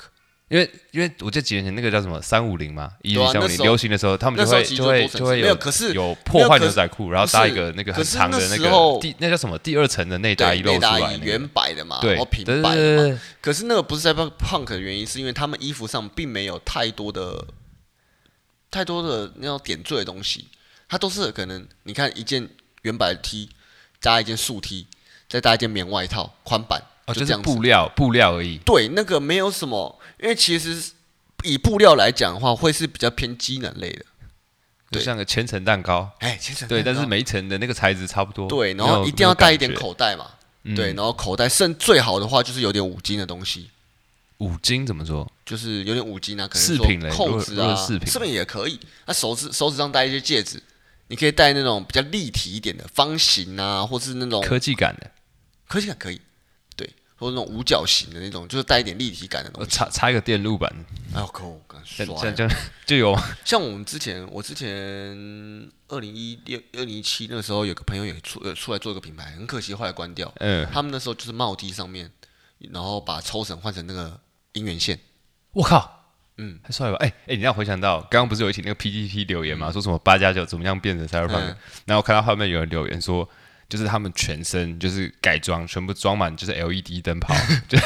因为因为我记得几年前那个叫什么三五零嘛，一
对
零
啊
三五
那时
零
候
流行的时候，他们就
那时候
会
其实
就会
就多层次
就会
没有可是
有破坏
没有可是
牛仔裤，然后
不是
搭一个那个很
可是
长的那
那时候
个第那叫什么第二层的内搭
对，
衣露
内
出来
搭
那
衣
个，
原版的嘛，
对
然后平
对对
版
对
的
对
嘛。
对
可是那个不是 cyberpunk 的原因，是因为他们衣服上并没有太多的太多的那种点缀的东西，它都是可能你看一件原版的 T，加一件素 T，再搭一件棉外套宽版，
哦，就
这
是
样子。
布料布料而已。
对，那个没有什么，因为其实以布料来讲的话，会是比较偏机能类的。
就
对
像个千层蛋糕，
哎，其实
对，
蛋
但
糕
是每一层的那个材质差不多。
对，然
没
后
有
一定要带一点，
没有感
口袋嘛，
嗯
对，然后口袋剩最好的话就是有点五金的东西，
觉五金怎么说？
就是有点五金啊，可能
饰
说
品嘞如
扣
果
子
如果
啊，
是饰品
也可以。那手指手指上戴一些戒指，你可以戴那种比较立体一点的方形啊，或是那种
科技感的，
科技感可以，对，或者那种五角形的那种，就是带一点立体感的东
我
西。
插插一个电路板，
哎呦，可我刚
这
刷
样这
了
样这样 就有吗。
像我们之前，我之前二零一六、二零一七那个时候，有个朋友也出呃出来做一个品牌，很可惜后来关掉。
嗯，
他们那时候就是帽 T 上面，然后把抽绳换成那个姻缘线。
我靠，
嗯，
还帅吧？哎哎，你让我回想到刚刚不是有一起那个 PPT 留言嘛，说什么八加九怎么样变成 Cyberpunk？、
嗯
然后我看到后面有人留言说。就是他们全身就是改装，全部装满就是 LED 灯泡， 就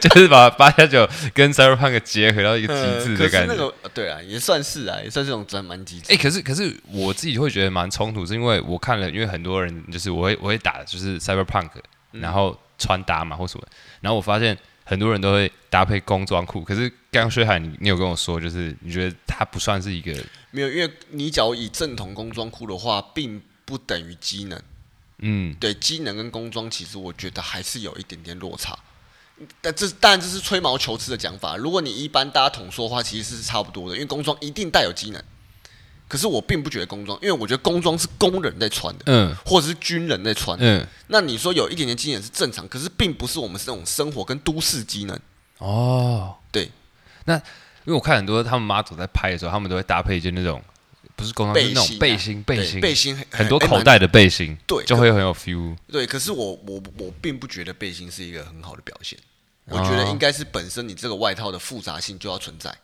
就是把八加九跟 Cyberpunk 结合到一个极致的
可是
感觉。
那个呃对啊，也算是啊，也算是种转蛮极致。
哎、可是可是我自己会觉得蛮冲突，是因为我看了，因为很多人就是我会我会打就是 cyberpunk，然后穿搭嘛或什么，然后我发现很多人都会搭配工装裤，可是刚刚薛海你你有跟我说，就是你觉得它不算是一个
没有，因为你只要以正统工装裤的话，并不等于机能。
嗯
对，机能跟工装其实我觉得还是有一点点落差。但这当然这是吹毛求疵的讲法。如果你一般大家统说的话，其实是差不多的，因为工装一定带有机能。可是我并不觉得工装，因为我觉得工装是工人在穿的，
嗯
或者是军人在穿的。
嗯
那你说有一点点机能是正常，可是并不是我们这种生活跟都市机能。
哦，
对，
因为我看很多他们 model 在拍的时候，他们都会搭配一件那种不是工装，就是那种背
背
心
心啊
背
对
心
背心很
很多
还
口
蛮
袋的背心，
对
就会很有 feel。
对，可是我我我并不觉得背心是一个很好的表现，我觉
啊
得应该是本身你这个外套的复杂性就要存在。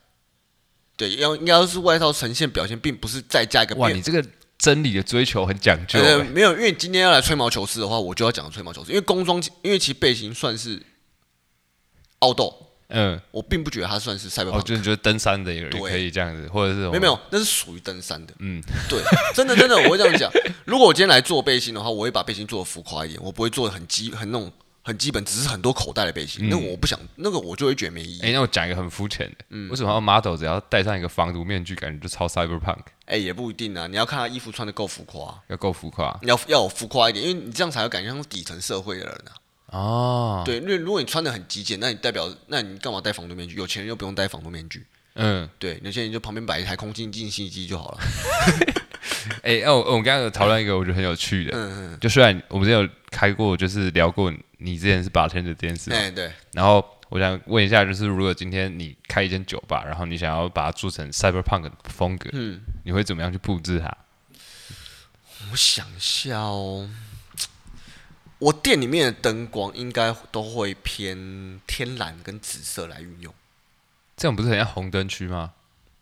对，要应该是外套呈现表现，并不是再加一个
哇，
变
你。这个真理的追求很讲究、
呃，
欸
没有，因为今天要来吹毛求疵的话，我就要讲吹毛求疵。因为工装，因为其实背心算是凹豆，
嗯，
我并不觉得它算是赛博
哦，
朋克。
就是觉得登山的也
对
可以这样子，或者是
没有没有，那是属于登山的。
嗯，
对，真的真的，我会这样讲。 如果我今天来做背心的话，我会把背心做的浮夸一点，我不会做的很基很那种很基本，只是很多口袋的背
嗯
心。那我不想，那个我就会觉得没意义。
哎、那我讲一个很肤浅的，
嗯
为什么 model 只要戴上一个防毒面具，感觉就超 cyberpunk，
哎、也不一定啊，你要看他衣服穿的够浮夸，
要够浮夸
你要要有浮夸一点，因为你这样才有感觉像底层社会的人啊。
哦。
对，因为如果你穿的很极简，那你代表，那你干嘛戴防毒面具？有钱人又不用戴防毒面具，
嗯，
对，有些人就旁边摆一台空气净吸机就好了。
哎、那我我们刚刚有讨论一个我觉得很有趣的，
嗯嗯，
就虽然我们之前有开过，就是聊过你之 前是哦 bartender 这件事嘛，
哎、对，
然后我想问一下，就是如果今天你开一间酒吧，然后你想要把它做成 cyberpunk 的风格，
嗯，
你会怎么样去布置它？
我想一下哦，我店里面的灯光应该都会偏天蓝跟紫色来运用，
这样不是很像红灯区吗？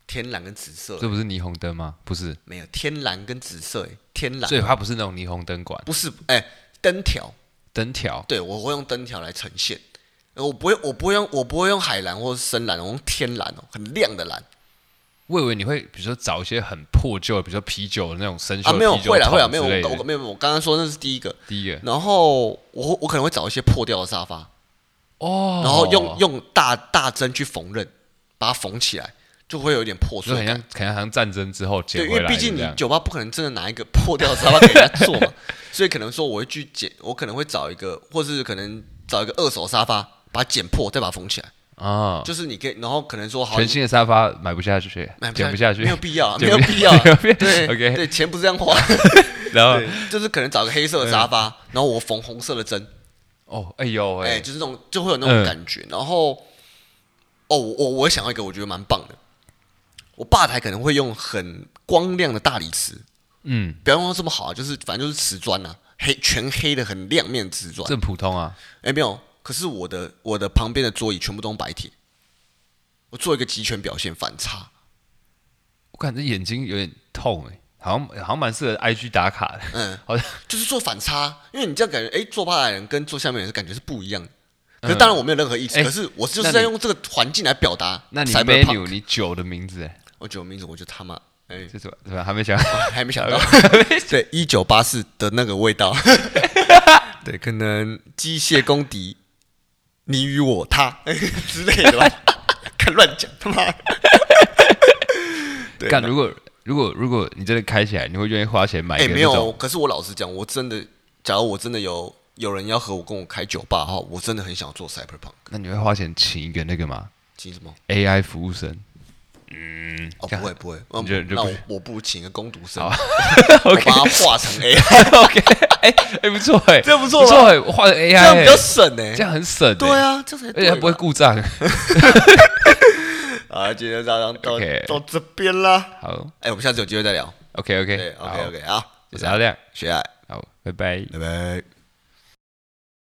天蓝跟紫色
这不是霓虹灯吗？不是，
没有天蓝跟紫色，哎天蓝
所以它不是那种霓虹灯管
不是哎、灯条，
灯条。
对我会用灯条来呈现，呃我不会我不会用我不会用海蓝或是深蓝，我用天蓝哦，很亮的蓝。
我以为你会比如说找一些很破旧的，比如说啤酒的那种生
啊，
锈的
没有，
啤酒
会啦会啦，
桶
没
之
有，
类
我我嗯
的。
没有，没有我刚刚说那是第一个，
第一个
然后我我可能会找一些破掉的沙发，
哦，
然后用用大大针去缝纫，把它缝起来，就会有一点破
就
碎
很
感。
像，很像好像战争之后捡
对，因
回
为
来
毕
的
竟
这
你
样。
酒吧不可能真的拿一个破掉的沙发给人家做嘛， 所以可能说我会去捡，我可能会找一个，或是可能找一个二手沙发，把它剪破，再把它缝起来。
啊，
就是你可以，然后可能说好，
全新的沙发买不下去
买，
捡不下去
没，有必要啊，没
剪
有
不下
必要 啊。
没有必要
对
OK
对，钱不是这样花。
然后
对，就是可能找个黑色的沙发，然后我缝红色的针，
哦，哎呦
哎、
哎，
就是那种就会有那种感觉。然后，哦，我我我想到一个我觉得蛮棒的，我吧台可能会用很光亮的大理石，
嗯，
不要用到这么好啊，就是反正就是瓷砖呐、啊，黑全黑的很亮面的瓷砖。
这很普通啊，
哎、没有，可是我的我的旁边的桌椅全部都用白铁，我做一个极权表现反差。
我感觉眼睛有点痛哎，好像好像蛮适合 IG 打卡的，
嗯，
好像
就是做反差，因为你这样感觉，哎、做吧台的人跟做下面的人是感觉是不一样的。可是当然我没有任何意思，
哎
可是我就
那
是
你
在用这个环境来表达。
那你
cyberpunk
menu 你酒的名字哎，
我酒名字我就他妈哎、
这什么什么还没想，
还没想到，对，一九八四的那个 味道，对，可能机械公敌，你与我 他之类的吧，看乱讲他妈的， 对
干如果如果如果你真的开起来，你会愿意花钱买
哎、
一个
没
那种
有，可是我老实讲，我真的，假如我真的有有人要和我跟我开酒吧哈，我真的很想做 cyberpunk，
那你会花钱请一个那个吗
请什么？
？AI 服务生？嗯，
哦，不会不会，那
你就就
那
不
我我不如请个工读生，
好
我
OK
把它化 成 AI，
OK，哎哎不错哎，
这不错
不错
吧
哎，我画的 AI，
这样比较
哎
省呢、
这样很省哎，
对啊，这才
而且它不会
吧
故障。
啊，今天到到
OK
到这边啦。
好
哎，我们下次有机会再聊。
，OK OK，
Ah, 对，OK OK，好，
就这样，
学爱，
好，拜拜。
拜拜。